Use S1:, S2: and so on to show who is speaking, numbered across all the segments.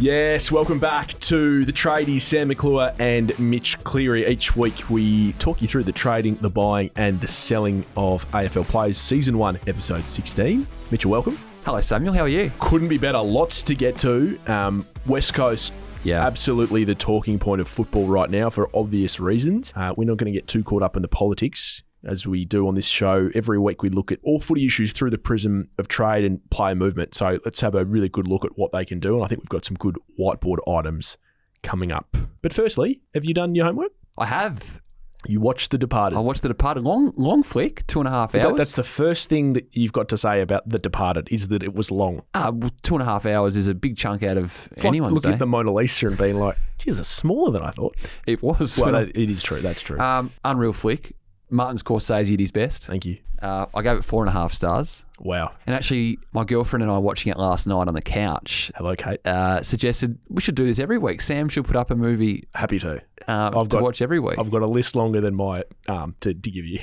S1: Yes, welcome back to the tradies, Sam McClure and Mitch Cleary. Each week we talk you through the trading, the buying, and the selling of AFL players. Season 1, Episode 16. Mitchell, welcome.
S2: Hello, Samuel. How are you?
S1: Couldn't be better. Lots to get to. Um, West Coast,
S2: Yeah.
S1: absolutely the talking point of football right now for obvious reasons. Uh, we're not going to get too caught up in the politics. As we do on this show, every week we look at all footy issues through the prism of trade and player movement. So let's have a really good look at what they can do. And I think we've got some good whiteboard items coming up. But firstly, have you done your homework?
S2: I have.
S1: You watched The Departed.
S2: I watched The Departed. Long, long flick, two and a half
S1: That-
S2: hours.
S1: that's the first thing that you've got to say about The Departed is that it was long.
S2: Ah, well, two and a half hours is a big chunk out of
S1: It's like
S2: anyone's
S1: looking
S2: day.
S1: at the Mona Lisa and being like, geez, it's smaller than I thought.
S2: it was
S1: Well, that, it is true. That's true.
S2: um, unreal flick. Martin Scorsese did his best.
S1: Thank you.
S2: Uh, I gave it four and a half stars.
S1: Wow.
S2: And actually, my girlfriend and I watching it last night on the couch.
S1: Hello, Kate.
S2: Uh, suggested we should do this every week. Sam should put up a movie
S1: Happy to.
S2: uh, to
S1: I've got-
S2: watch every week.
S1: I've got a list longer than my arm to, to give you.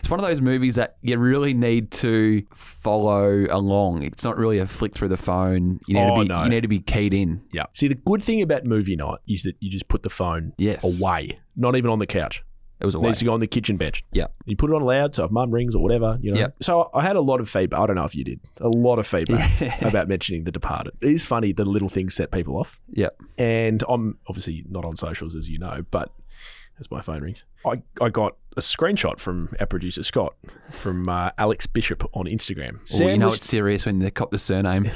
S2: It's one of those movies that you really need to follow along. It's not really a flick through the phone. You need
S1: Oh,
S2: to be
S1: no.
S2: you need to be keyed in.
S1: Yeah. See, the good thing about movie night is that you just put the phone
S2: Yes.
S1: away, not even on the couch.
S2: It was a
S1: It
S2: way.
S1: needs to go on the kitchen bench.
S2: Yeah.
S1: You put it on loud, so if mum rings or whatever, you know.
S2: Yeah.
S1: So I had a lot of feedback. I don't know if you did. A lot of feedback about mentioning The Departed. It is funny the little things set people off.
S2: Yep.
S1: and I'm obviously not on socials as you know, but as my phone rings, I, I got a screenshot from our producer Scott from uh, Alex Bishop on Instagram.
S2: Well, you know
S1: list-
S2: it's serious when they cop the surname.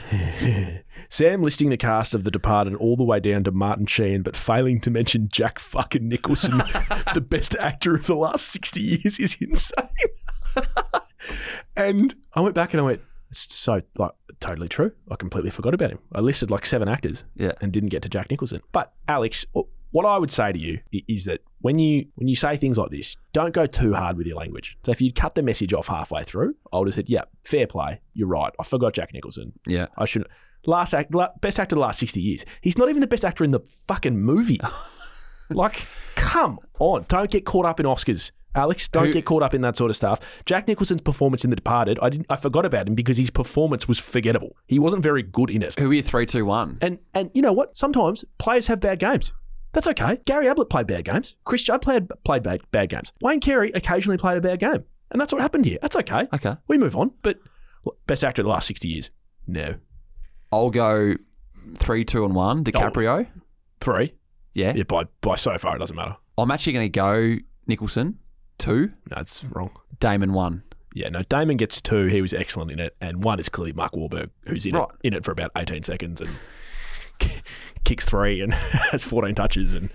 S1: Sam listing the cast of The Departed all the way down to Martin Sheehan, but failing to mention Jack fucking Nicholson, the best actor of the last sixty years, is insane. and I went back and I went, it's so like totally true. I completely forgot about him. I listed like seven actors
S2: Yeah.
S1: and didn't get to Jack Nicholson. But Alex, w- what I would say to you i- is that when you when you say things like this, don't go too hard with your language. So if you'd cut the message off halfway through, I would have said, "Yeah, fair play. You're right. I forgot Jack Nicholson.
S2: Yeah.
S1: I shouldn't." Last act, la- best actor of the last sixty years. He's not even the best actor in the fucking movie. like, come on! Don't get caught up in Oscars, Alex. Don't
S2: Who-
S1: get caught up in that sort of stuff. Jack Nicholson's performance in The Departed, I didn't, I forgot about him because his performance was forgettable. He wasn't very good in it.
S2: Who are you? Three, two, one.
S1: And and you know what? Sometimes players have bad games. That's okay. Gary Ablett played bad games. Chris Judd played played bad, bad games. Wayne Carey occasionally played a bad game, and that's what happened here. That's okay.
S2: Okay.
S1: We move on. But well, best actor of the last sixty years? No,
S2: I'll go three, two, and one. DiCaprio.
S1: three.
S2: Yeah.
S1: Yeah, by by so far it doesn't matter.
S2: I'm actually going to go Nicholson two,
S1: No, it's wrong.
S2: Damon one.
S1: Yeah, no. Damon gets two. He was excellent in it, and one is clearly Mark Wahlberg, who's in
S2: Right.
S1: it in it for about eighteen seconds and k- kicks three and has fourteen touches. And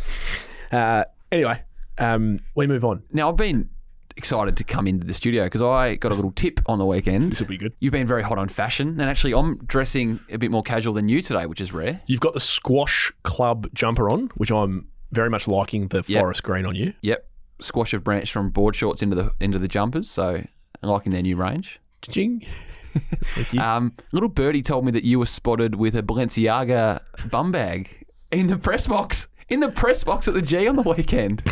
S1: uh, anyway, um, we move on.
S2: Now I've been excited to come into the studio because I got a little tip on the weekend.
S1: This will be good.
S2: You've been very hot on fashion, and actually, I'm dressing a bit more casual than you today, which is rare.
S1: You've got the squash club jumper on, which I'm very much liking the
S2: Yep.
S1: forest green on you.
S2: Yep, squash have branched from board shorts into the into the jumpers, so I'm liking their new range.
S1: Ching. Thank you.
S2: Um, little birdie told me that you were spotted with a Balenciaga bum bag in the press box, in the press box at the G on the weekend.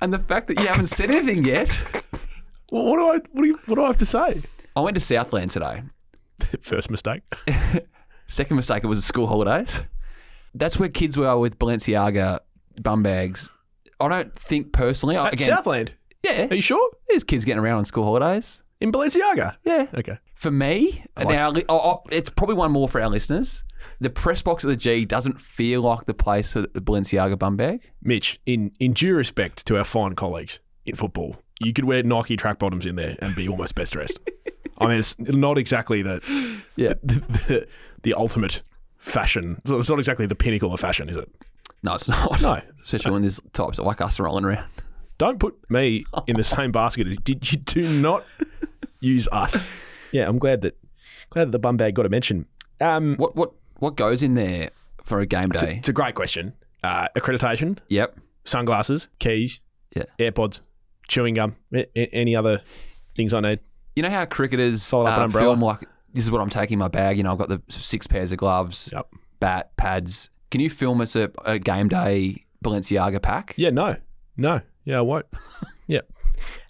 S2: and the fact that you haven't said anything yet.
S1: Well, what do I what do, you, what do I have to say?
S2: I went to Southland today.
S1: First mistake.
S2: Second mistake, it was the school holidays. That's where kids were with Balenciaga bum bags. I don't think personally. I- Again,
S1: Southland.
S2: yeah,
S1: Are you sure?
S2: there's kids getting around on school holidays.
S1: In Balenciaga.
S2: Yeah.
S1: Okay.
S2: For me, now li- oh, oh, it's probably one more for our listeners. The press box at the G doesn't feel like the place for the Balenciaga bum bag.
S1: Mitch, in in due respect to our fine colleagues in football, you could wear Nike track bottoms in there and be almost best dressed. I mean, it's not exactly the
S2: Yeah.
S1: the, the, the ultimate fashion. So It's not exactly the pinnacle of fashion, is it?
S2: No, it's not.
S1: No.
S2: Especially when there's types like us rolling around.
S1: Don't put me in the same basket as did you do not use us. Yeah, I'm glad that glad that the bum bag got a mention. Um,
S2: What what what goes in there for a game day?
S1: it's a great question. Uh, accreditation,
S2: Yep.
S1: sunglasses, keys,
S2: Yeah.
S1: AirPods, chewing gum, a- a- any other things I need.
S2: You know how cricketers
S1: Fold up an
S2: uh,
S1: umbrella.
S2: film like this is what I'm taking in my bag. You know, I've got the six pairs of gloves,
S1: Yep.
S2: bat pads. Can you film us a, a game day Balenciaga pack?
S1: Yeah, no, no, yeah, I won't. yeah.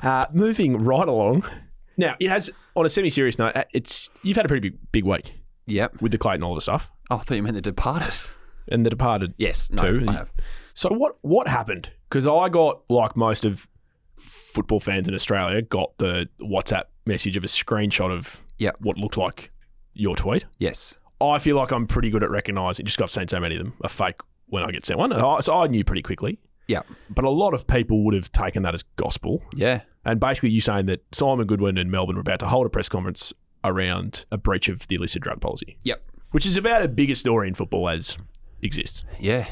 S1: Uh, moving right along. Now it has on a semi-serious note. uh, It's you've had a pretty big big week.
S2: Yep.
S1: with the Clayton Oliver stuff
S2: Oh, I thought you meant The Departed.
S1: and The Departed.
S2: Yes. No,
S1: Two.
S2: I have.
S1: So what what happened? Because I got like most of football fans in Australia got the WhatsApp message of a screenshot of
S2: Yep.
S1: what looked like your tweet.
S2: Yes.
S1: I feel like I'm pretty good at recognising. Just 'cause I've seen so many of them. A fake when I get sent one, And I- so I knew pretty quickly.
S2: Yep.
S1: But a lot of people would have taken that as gospel.
S2: Yeah.
S1: And basically, you saying that Simon Goodwin and Melbourne were about to hold a press conference around a breach of the illicit drug policy,
S2: Yep.
S1: which is about as big a story in football as exists.
S2: Yeah.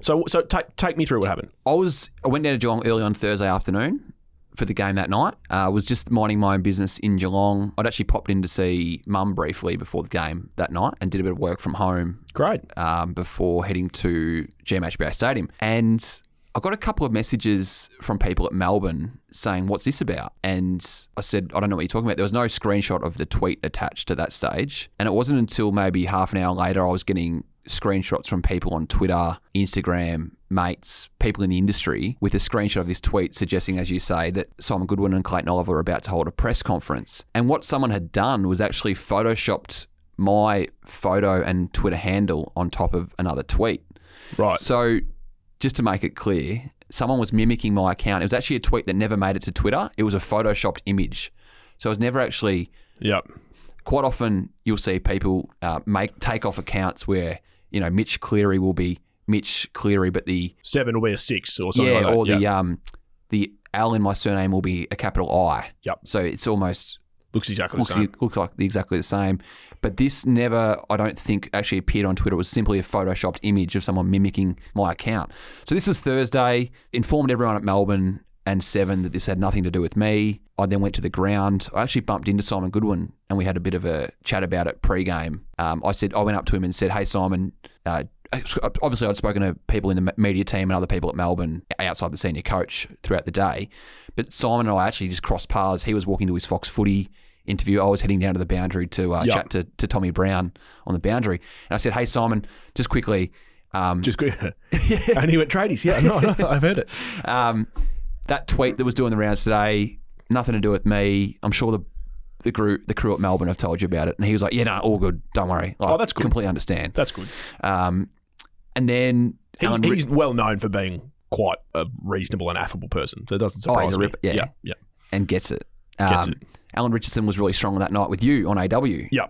S1: So, so ta take me through what happened.
S2: I was I went down to Geelong early on Thursday afternoon for the game that night. Uh, I was just minding my own business in Geelong. I'd actually popped in to see Mum briefly before the game that night and did a bit of work from home
S1: Great.
S2: um, before heading to GMHBA Stadium. And I got a couple of messages from people at Melbourne saying, What's this about? And I said, I don't know what you're talking about. There was no screenshot of the tweet attached to that stage. And it wasn't until maybe half an hour later I was getting screenshots from people on Twitter, Instagram, mates, people in the industry with a screenshot of this tweet suggesting, as you say, that Simon Goodwin and Clayton Oliver are about to hold a press conference. And what someone had done was actually photoshopped my photo and Twitter handle on top of another tweet.
S1: Right.
S2: So, just to make it clear, someone was mimicking my account. It was actually a tweet that never made it to Twitter. It was a photoshopped image. So it was never actually.
S1: Yep.
S2: Quite often, you'll see people uh, make take off accounts where you know Mitch Cleary will be Mitch Cleary, but the
S1: Seven will be a six or something
S2: yeah,
S1: like that.
S2: or
S1: Yep.
S2: the um the L in my surname will be a capital I.
S1: Yep.
S2: So it's almost
S1: looks exactly
S2: looks,
S1: the same.
S2: looks like the- exactly the same. But this never, I don't think, actually appeared on Twitter. It was simply a photoshopped image of someone mimicking my account. So this is Thursday. Informed everyone at Melbourne and Seven that this had nothing to do with me. I then went to the ground. I actually bumped into Simon Goodwin and we had a bit of a chat about it pre-game. Um, I said I went up to him and said, "Hey Simon." Uh, Obviously, I'd spoken to people in the media team and other people at Melbourne outside the senior coach throughout the day. But Simon and I actually just crossed paths. He was walking to his Fox footy interview. I was heading down to the boundary to uh,
S1: Yeah.
S2: chat to, to Tommy Brown on the boundary. And I said, Hey, Simon, just quickly, um,
S1: Just quick. and he went tradies. Yeah, no, no, I've heard it.
S2: um, that tweet that was doing the rounds today, nothing to do with me. I'm sure the the crew, the crew at Melbourne have told you about it. And he was like, Yeah, no, all good. Don't worry. Like,
S1: Oh, that's good.
S2: Completely understand.
S1: That's good.
S2: Um, and then
S1: He,
S2: Alan Ri-
S1: he's well known for being quite a reasonable and affable person, so it doesn't
S2: Oh,
S1: surprise
S2: he's a
S1: me.
S2: ripper, yeah.
S1: yeah, yeah.
S2: and gets it. Um,
S1: Gets it.
S2: Alan Richardson was really strong that night with you on AW.
S1: Yeah.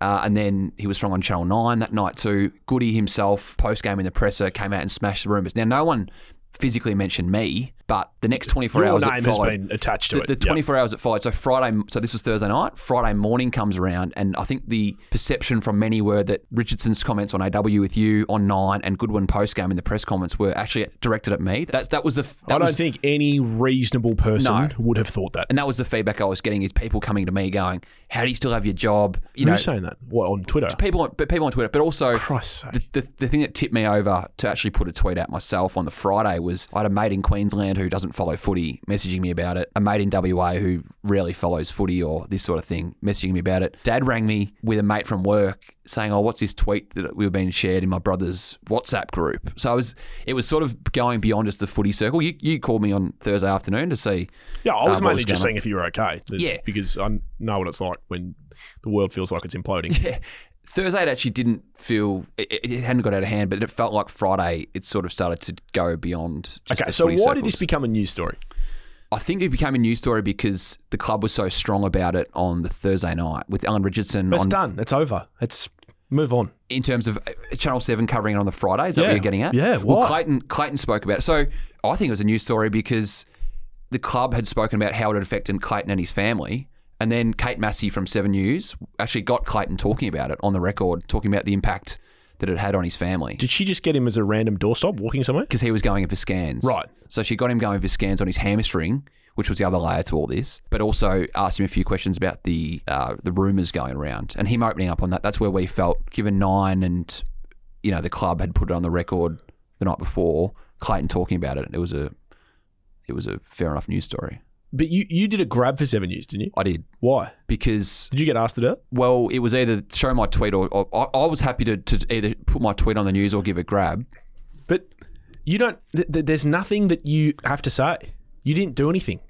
S2: Uh, and then he was strong on Channel 9 that night too. Goody himself, post game in the presser, came out and smashed the rumours. Now, no one physically mentioned me, but the next 24
S1: Your
S2: hours
S1: name
S2: that
S1: has
S2: followed,
S1: been attached to
S2: the,
S1: it.
S2: the
S1: Yeah.
S2: 24 hours that followed. So Friday, so this was Thursday night. Friday morning comes around, and I think the perception from many were that Richardson's comments on AW with you on Nine and Goodwin post game in the press comments were actually directed at me. That's that was the f- that
S1: I don't
S2: was,
S1: think any reasonable person
S2: No.
S1: would have thought that.
S2: and that was the feedback I was getting is people coming to me going, "How do you still have your job?" You know,
S1: Who's saying that? What on Twitter?
S2: people on, but people on Twitter, but also
S1: Christ's sake.
S2: the, the, the thing that tipped me over to actually put a tweet out myself on the Friday was I had a mate in Queensland who doesn't follow footy messaging me about it, a mate in WA who rarely follows footy or this sort of thing messaging me about it. Dad rang me with a mate from work saying, "Oh, what's this tweet that we've been shared in my brother's WhatsApp group?" So I was it was sort of going beyond just the footy circle. You you called me on Thursday afternoon to see
S1: yeah, I was
S2: um, what
S1: mainly
S2: was
S1: just
S2: going
S1: saying if you were okay. There's-
S2: Yeah.
S1: Because I know what it's like when the world feels like it's imploding.
S2: Yeah. Thursday it actually didn't feel it, it it hadn't got out of hand, but it felt like Friday it sort of started to go beyond. Just
S1: okay,
S2: the
S1: so why
S2: footy
S1: did
S2: circles.
S1: this become a news story?
S2: I think it became a news story because the club was so strong about it on the Thursday night with Alan Richardson
S1: It's
S2: on,
S1: done. It's over. Let's move on.
S2: in terms of uh, Channel Seven covering it on the Friday. Is that what
S1: Yeah.
S2: you're getting at?
S1: Yeah,
S2: Well,
S1: why?
S2: Clayton Clayton spoke about it. So I think it was a news story because the club had spoken about how it had affected Clayton and his family. And then Kate Massey from Seven News actually got Clayton talking about it on the record, talking about the impact that it had on his family.
S1: Did she just get him as a random doorstop walking somewhere?
S2: because he was going in for scans.
S1: Right.
S2: So she got him going for scans on his hamstring, which was the other layer to all this, but also asked him a few questions about the uh, the rumours going around and him opening up on that. That's where we felt, given nine and you know the club had put it on the record the night before, Clayton talking about it. It was a it was a fair enough news story.
S1: But you, you did a grab for seven years, didn't you?
S2: I did
S1: Why?
S2: because
S1: Did you get asked to do it?
S2: well, it was either show my tweet or, or I, I was happy to, to either put my tweet on the news or give a grab.
S1: But you don't. Th- th- there's nothing that you have to say. You didn't do anything.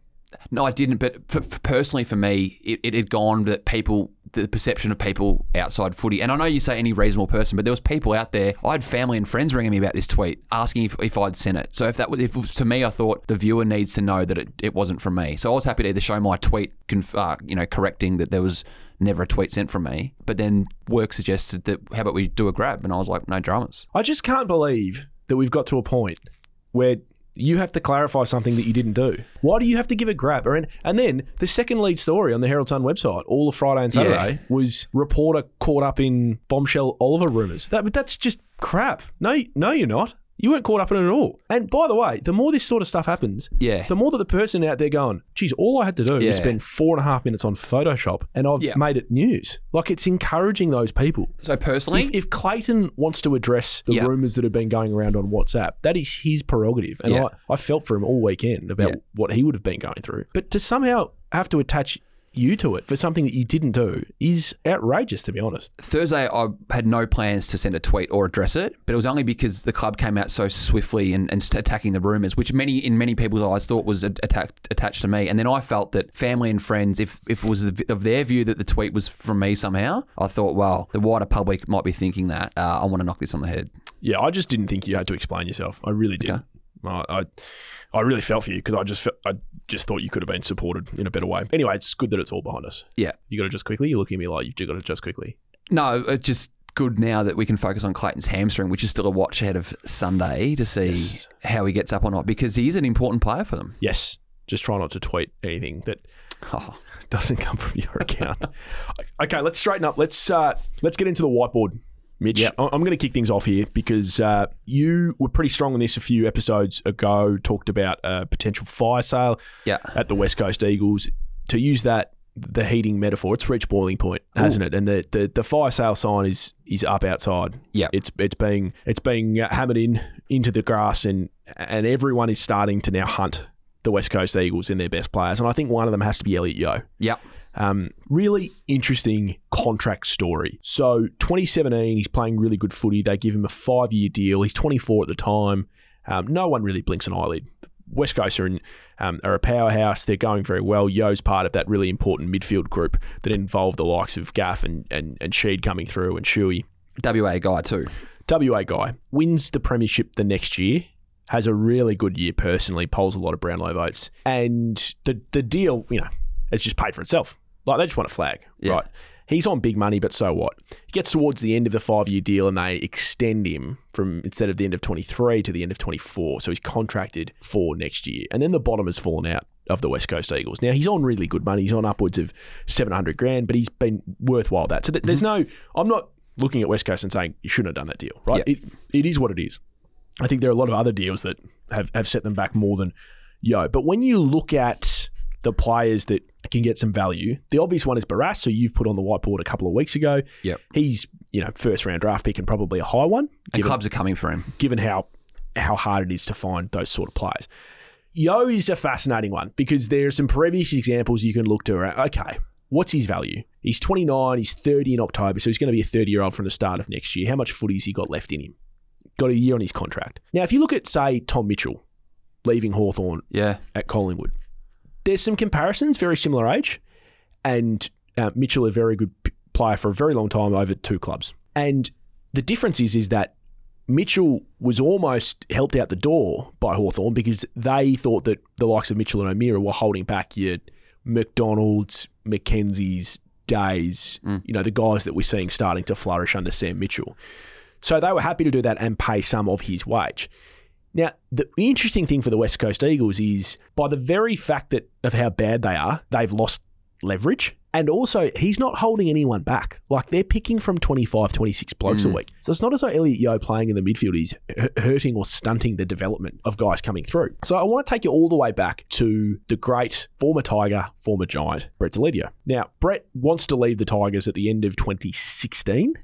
S2: No, I didn't. But for, for personally, for me, it, it had gone that people the perception of people outside footy. And I know you say any reasonable person, but there was people out there. I had family and friends ringing me about this tweet, asking if, if I'd sent it. So if that was, if it was- to me, I thought the viewer needs to know that it, it wasn't from me. So I was happy to either show my tweet, conf- uh, you know, correcting that there was never a tweet sent from me. But then work suggested that how about we do a grab, and I was like, no dramas.
S1: I just can't believe that we've got to a point where you have to clarify something that you didn't do. Why do you have to give a grab? Or- And then the second lead story on the Herald Sun website, all of Friday and Saturday, was reporter caught up in bombshell Oliver rumours. That, but that's just crap. No, no, you're not. You weren't caught up in it at all. And by the way, the more this sort of stuff happens,
S2: Yeah.
S1: the more that the person out there going, geez, all I had to do
S2: Yeah.
S1: is spend four and a half minutes on Photoshop and I've
S2: Yeah.
S1: made it news. Like it's encouraging those people.
S2: So personally,
S1: If, if Clayton wants to address the
S2: Yeah.
S1: rumors that have been going around on WhatsApp, that is his prerogative. And
S2: Yeah.
S1: I, I felt for him all weekend about
S2: Yeah.
S1: what he would have been going through. But to somehow have to attach you to it for something that you didn't do is outrageous, to be honest.
S2: Thursday, I had no plans to send a tweet or address it, but it was only because the club came out so swiftly and, and st- attacking the rumours, which many in many people's eyes thought was a- attacked, attached to me. And then I felt that family and friends, if, if it was of- of their view that the tweet was from me somehow, I thought, well, the wider public might be thinking that. Uh, I want to knock this on the head.
S1: Yeah, I just didn't think you had to explain yourself. I really did.
S2: Okay.
S1: I, I, I really felt for you because I just felt, I just thought you could have been supported in a better way. Anyway, it's good that it's all behind us.
S2: Yeah.
S1: You got to just quickly. You're looking at me like you got to just quickly.
S2: No, it's just good now that we can focus on Clayton's hamstring, which is still a watch ahead of Sunday to see
S1: Yes.
S2: how he gets up or not, because he is an important player for them.
S1: Yes. Just try not to tweet anything that
S2: Oh,
S1: doesn't come from your account. okay, let's straighten up. Let's uh, let's get into the whiteboard, Mitch. I- I'm going to kick things off here because uh, you were pretty strong on this a few episodes ago. Talked about a potential fire sale
S2: Yeah.
S1: at the West Coast Eagles. To use that the heating metaphor, it's reached boiling point, hasn't it? And the, the the fire sale sign is is up outside.
S2: Yeah.
S1: it's it's being it's being uh, hammered in into the grass, and and everyone is starting to now hunt. The West Coast Eagles and their best players, and I think one of them has to be Elliot Yo.
S2: Yep.
S1: Um, really interesting contract story. So 2017, he's playing really good footy. They give him a five-year deal. He's 24 at the time. Um, no one really blinks an eyelid. West Coast are, in, um, are a powerhouse. They're going very well. Yo's part of that really important midfield group that involved the likes of Gaff and and, and Sheed coming through and Shuey.
S2: WA guy too.
S1: WA guy wins the premiership the next year. Has a really good year personally, polls a lot of Brownlow votes, and the the deal, you know, it's just paid for itself. Like they just want a flag,
S2: Yeah.
S1: right? He's on big money, but so what? He gets towards the end of the five year deal, and they extend him from instead of the end of twenty three to the end of twenty four. So he's contracted for next year, and then the bottom has fallen out of the West Coast Eagles. Now he's on really good money. He's on upwards of seven hundred grand, but he's been worthwhile that. So th- there's no. I'm not looking at West Coast and saying you shouldn't have done that deal, right? It, it is what it is. I think there are a lot of other deals that have, have set them back more than Yo. But when you look at the players that can get some value, the obvious one is Barras, who you've put on the whiteboard a couple of weeks ago.
S2: Yep.
S1: He's, you know, first round draft pick and probably a high one,
S2: And
S1: given,
S2: clubs are coming for him.
S1: given how how hard it is to find those sort of players. Yo is a fascinating one because there are some previous examples you can look to. around, Okay, what's his value? He's 29, he's 30 in October, so he's going to be a 30 year old from the start of next year. How much footy's he got left in him? Got a year on his contract. Now, if you look at, say, Tom Mitchell leaving Hawthorn
S2: Yeah.
S1: at Collingwood. There's some comparisons, very similar age, and uh, Mitchell a very good p- player for a very long time over two clubs. And the difference is is that Mitchell was almost helped out the door by Hawthorn because they thought that the likes of Mitchell and O'Meara were holding back your McDonald's, Mackenzie's days, you know, the guys that we're seeing starting to flourish under Sam Mitchell. So they were happy to do that and pay some of his wage. Now, the interesting thing for the West Coast Eagles is by the very fact that of how bad they are, they've lost leverage. And also, he's not holding anyone back. Like, they're picking from 25, 26 blokes a week. So it's not as though Elliot Yo playing in the midfield is h- hurting or stunting the development of guys coming through. So I want to take you all the way back to the great former Tiger, former Giant, Brett Delidio. Now, Brett wants to leave the Tigers at the end of 2016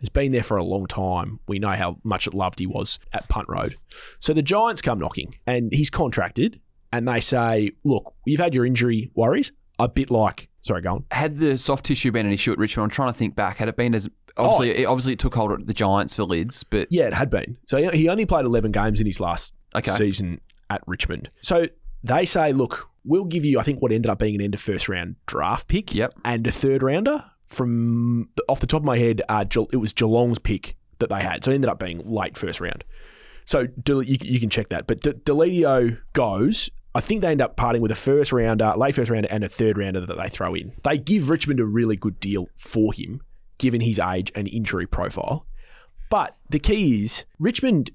S1: has been there for a long time. We know how much it loved he was at Punt Road. So the Giants come knocking and he's contracted and they say, look, you've had your injury worries. A bit like, sorry, go on.
S2: Had the soft tissue been an issue at Richmond? I'm trying to think back. Had it been as obviously, it, obviously it took hold at the Giants for lids, but
S1: Yeah, it had been. So he- he only played 11 games in his last
S2: Okay.
S1: season at Richmond. So they say, look, we'll give you, I think, what ended up being an end of first round draft pick
S2: Yep.
S1: and a third rounder from the, off the top of my head, uh, Ge- it was Geelong's pick that they had, so it ended up being late first round. So Del- you, you can check that. But De- Deledio goes. I think they end up parting with a first rounder, late first rounder, and a third rounder that they throw in. They give Richmond a really good deal for him, given his age and injury profile. But the key is Richmond.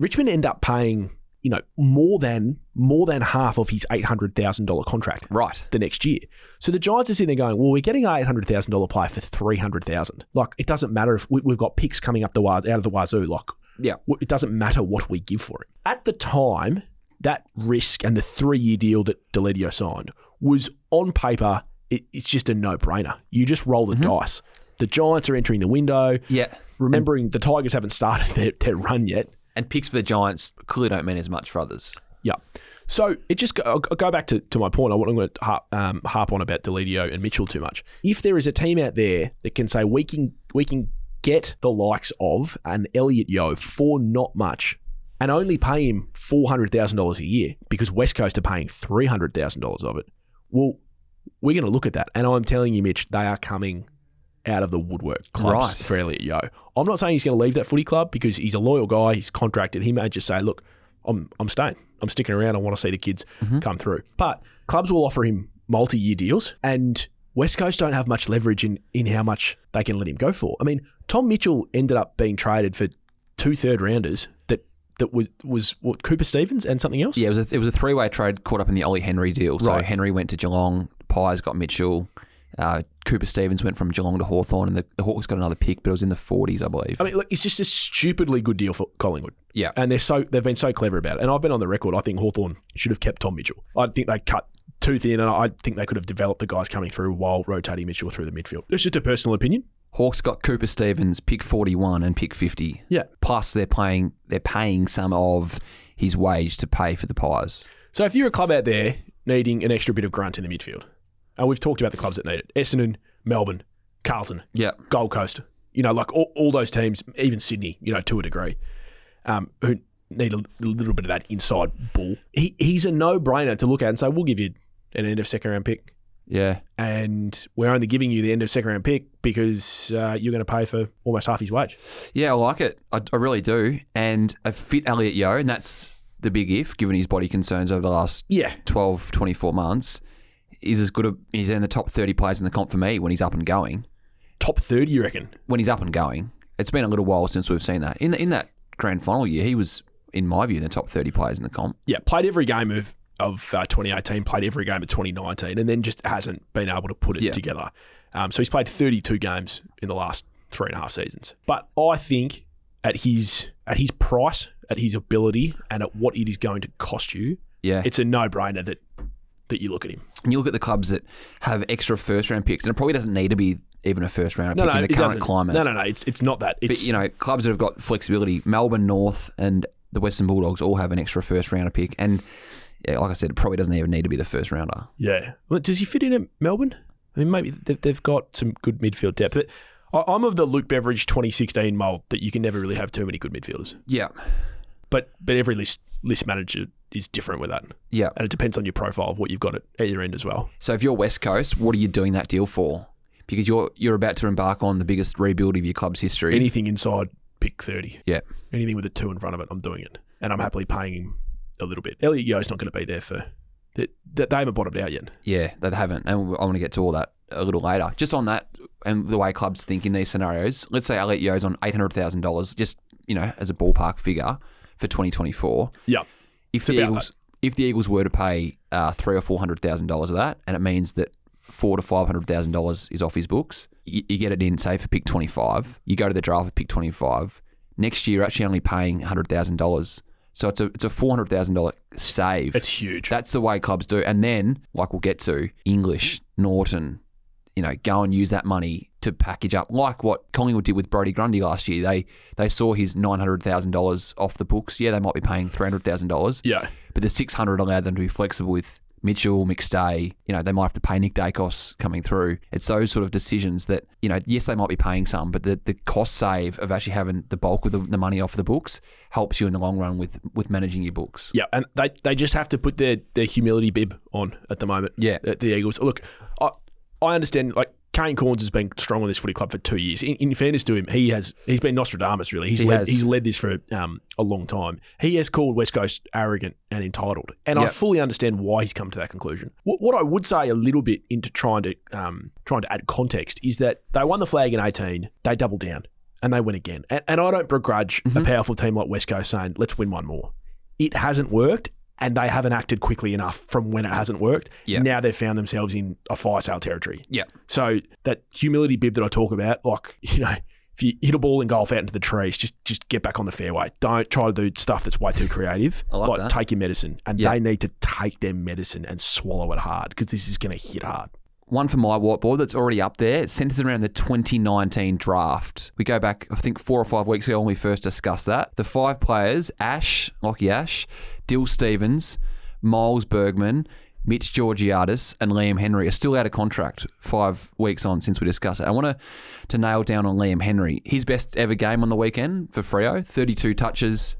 S1: Richmond end up paying you know more than more than half of his eight hundred thousand dollar contract
S2: Right.
S1: the next year. So the Giants are sitting there going, well, we're getting our eight hundred thousand dollar player for three hundred thousand. Like it doesn't matter if we, we've got picks coming up the waz- out of the wazoo. Like
S2: Yeah.
S1: w- it doesn't matter what we give for it at the time. That risk and the three year deal that Deledio signed was on paper. It, it's just a no brainer. You just roll the dice. The Giants are entering the window.
S2: Yeah.
S1: Remembering the Tigers haven't started their, their run yet.
S2: And picks for the Giants clearly don't mean as much for others.
S1: Yeah. So it just go, I'll I'll go back to, to my point. I want to harp, um, harp on about Deledio and Mitchell too much. If there is a team out there that can say we can we can get the likes of an Elliot Yo for not much, and only pay him four hundred thousand dollars a year because West Coast are paying three hundred thousand dollars of it. Well, we're going to look at that, and I'm telling you, Mitch, they are coming out of the woodwork clubs
S2: Right.
S1: for Elliot Yo. I'm not saying he's going to leave that footy club because he's a loyal guy. He's contracted. He may just say, look, I'm I'm staying. I'm sticking around. I want to see the kids come through. But clubs will offer him multi-year deals, and West Coast don't have much leverage in in how much they can let him go for. I mean, Tom Mitchell ended up being traded for two third rounders that that was was what Cooper Stevens and something else.
S2: Yeah, it was a, it was a three way trade caught up in the Ollie Henry deal. So
S1: Right.
S2: Henry went to Geelong, Pies got Mitchell, uh, Cooper Stevens went from Geelong to Hawthorn, and the, the Hawks got another pick, but it was in the 40s, I believe.
S1: I mean, look, it's just a stupidly good deal for Collingwood.
S2: Oh, yeah.
S1: And they're so they've been so clever about it. And I've been on the record. I think Hawthorn should have kept Tom Mitchell. I think they cut too thin, and I think they could have developed the guys coming through while rotating Mitchell through the midfield. It's just a personal opinion.
S2: Hawks got Cooper Stevens, pick 41 and pick 50.
S1: Yeah.
S2: Plus they're paying they're paying some of his wage to pay for the Pies.
S1: So if you're a club out there needing an extra bit of grunt in the midfield, and we've talked about the clubs that need it: Essendon, Melbourne, Carlton,
S2: Yeah.
S1: Gold Coast. You know, like all, all those teams, even Sydney. You know, to a degree, um, who need a little bit of that inside ball. He, he's a no-brainer to look at and say, "We'll give you an end of second round pick."
S2: Yeah.
S1: and we're only giving you the end of second round pick because uh, you're going to pay for almost half his wage.
S2: Yeah, I like it. I, I really do. And a fit Elliot Yo, and that's the big if, given his body concerns over the last
S1: Yeah,
S2: 12, 24 months, is as good a he's in the top 30 players in the comp for me when he's up and going.
S1: top thirty, you reckon?
S2: When he's up and going. It's been a little while since we've seen that. In in that grand final year, he was in my view, in the top 30 players in the comp.
S1: Yeah, played every game of of uh, 2018, played every game of 2019, and then just hasn't been able to put it
S2: Yeah.
S1: together. Um, so he's played 32 games in the last three and a half seasons. But I think at his at his price, at his ability, and at what it is going to cost you,
S2: Yeah.
S1: it's a no brainer that that you look at him.
S2: And you look at the clubs that have extra first round picks, and it probably doesn't need to be even a first round
S1: No,
S2: pick
S1: no,
S2: in the
S1: it
S2: current
S1: doesn't.
S2: climate.
S1: No, no, no. It's it's not that. It's
S2: But you know, clubs that have got flexibility, Melbourne North and the Western Bulldogs all have an extra first rounder pick, and yeah, like I said, it probably doesn't even need to be the first rounder.
S1: Yeah. Well, does he fit in at Melbourne? I mean, maybe they've, they've got some good midfield depth. But I- I'm of the Luke Beveridge 2016 mold that you can never really have too many good midfielders.
S2: Yeah,
S1: But but every list list manager is different with that, and
S2: yeah.
S1: it depends on your profile of what you've got at, at your end as well.
S2: So if you're West Coast, what are you doing that deal for? Because you're you're about to embark on the biggest rebuild of your club's history.
S1: Anything inside pick 30,
S2: yeah,
S1: anything with a two in front of it, I'm doing it, and I'm happily paying him a little bit. Elliot Yo's not going to be there for that. They, they haven't bottomed out yet.
S2: yeah, they haven't, and I want to get to all that a little later. Just on that and the way clubs think in these scenarios. Let's say Elliot Yo's on eight hundred thousand dollars, just you know, as a ballpark figure for twenty twenty four.
S1: Yeah.
S2: if the
S1: about
S2: Eagles if the Eagles were to pay uh, three or four hundred thousand dollars of that, and it means that four to five hundred thousand dollars is off his books, you, you get it in say for pick twenty five. You go to the draft with pick twenty five. Next year, you're actually only paying hundred thousand dollars, so it's a it's a four hundred thousand dollar save.
S1: It's huge.
S2: That's the way clubs do, and then like we'll get to English Norton. You know, go and use that money to package up, like what Collingwood did with Brody Grundy last year. They they saw his nine hundred thousand dollars off the books. Yeah, they might be paying three hundred thousand dollars,
S1: yeah.
S2: but the 600 allowed them to be flexible with Mitchell, McStay. You know, they might have to pay Nick Dacos coming through. It's those sort of decisions that, you know, yes, they might be paying some, but the, the cost save of actually having the bulk of the, the money off the books helps you in the long run with, with managing your books.
S1: Yeah, and they, they just have to put their, their humility bib on at the moment.
S2: Yeah.
S1: the, the Eagles. Look, I I understand like Kane Corns has been strong on this footy club for two years. In, in fairness to him, he has he's been Nostradamus really. He's
S2: He
S1: led
S2: has.
S1: he's led this for um, a long time. He has called West Coast arrogant and entitled, and I
S2: Yep.
S1: fully understand why he's come to that conclusion. What, what I would say a little bit into trying to um, trying to add context is that they won the flag in eighteen, they doubled down, and they win again. And, and I don't begrudge
S2: Mm-hmm.
S1: a powerful team like West Coast saying, "Let's win one more." It hasn't worked. And they haven't acted quickly enough from when it hasn't worked.
S2: Yep.
S1: Now they've found themselves in a fire sale territory.
S2: Yeah.
S1: So that humility bib that I talk about, like you know, if you hit a ball in golf out into the trees, just just get back on the fairway. Don't try to do stuff that's way too creative.
S2: I like that.
S1: take your medicine, and
S2: Yeah.
S1: they need to take their medicine and swallow it hard because this is going to hit hard.
S2: One for my whiteboard that's already up there. It centers around the 2019 draft. We go back, I think, four or five weeks ago when we first discussed that. The five players Ash, Lockie Ash, Dill Stevens, Miles Bergman, Mitch Georgiadis, and Liam Henry are still out of contract five weeks on since we discussed it. I want to, to nail down on Liam Henry. His best ever game on the weekend for Freo 32 touches.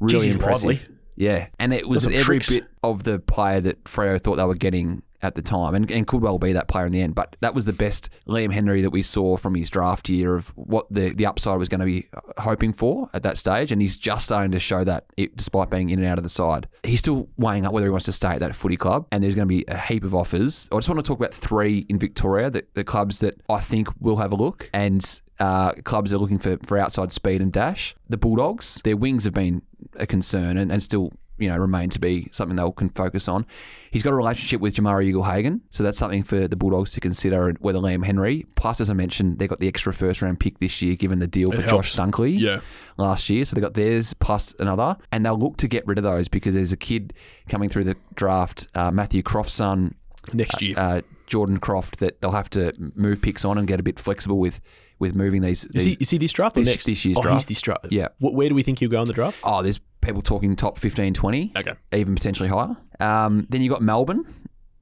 S2: Really
S1: Jeez, he's
S2: impressive.
S1: lively.
S2: Yeah. And it was
S1: Those are
S2: every
S1: pricks.
S2: bit of the player that Freo thought they were getting at the time and, and could well be that player in the end. But that was the best Liam Henry that we saw from his draft year of what the, the upside was going to be uh, hoping for at that stage. And he's just starting to show that it, despite being in and out of the side. He's still weighing up whether he wants to stay at that footy club. And there's going to be a heap of offers. I just want to talk about three in Victoria, the, the clubs that I think will have a look. And uh, clubs are looking for, for outside speed and dash. The Bulldogs, their wings have been a concern and, and still you know remain to be something they'll can focus on. He's got a relationship with Jamari Eagle-Hagan, so that's something for the Bulldogs to consider whether Liam Henry. Plus, as I mentioned, they got the extra first round pick this year given the deal for
S1: helps.
S2: Josh Dunkley
S1: Yeah.
S2: last year. So they got theirs plus another, and they'll look to get rid of those because there's a kid coming through the draft, uh, Matthew Croft's son,
S1: Next year,
S2: uh, Jordan Croft, that they'll have to move picks on and get a bit flexible with with moving these.
S1: is
S2: these
S1: he is he this draft or
S2: this-
S1: next?
S2: this year's
S1: oh, he's
S2: draft.
S1: this draft.
S2: Yeah.
S1: Wh- where do we think he'll go in the draft?
S2: oh, there's people talking top 15, 20,
S1: Okay.
S2: even potentially higher. Um, then you got Melbourne.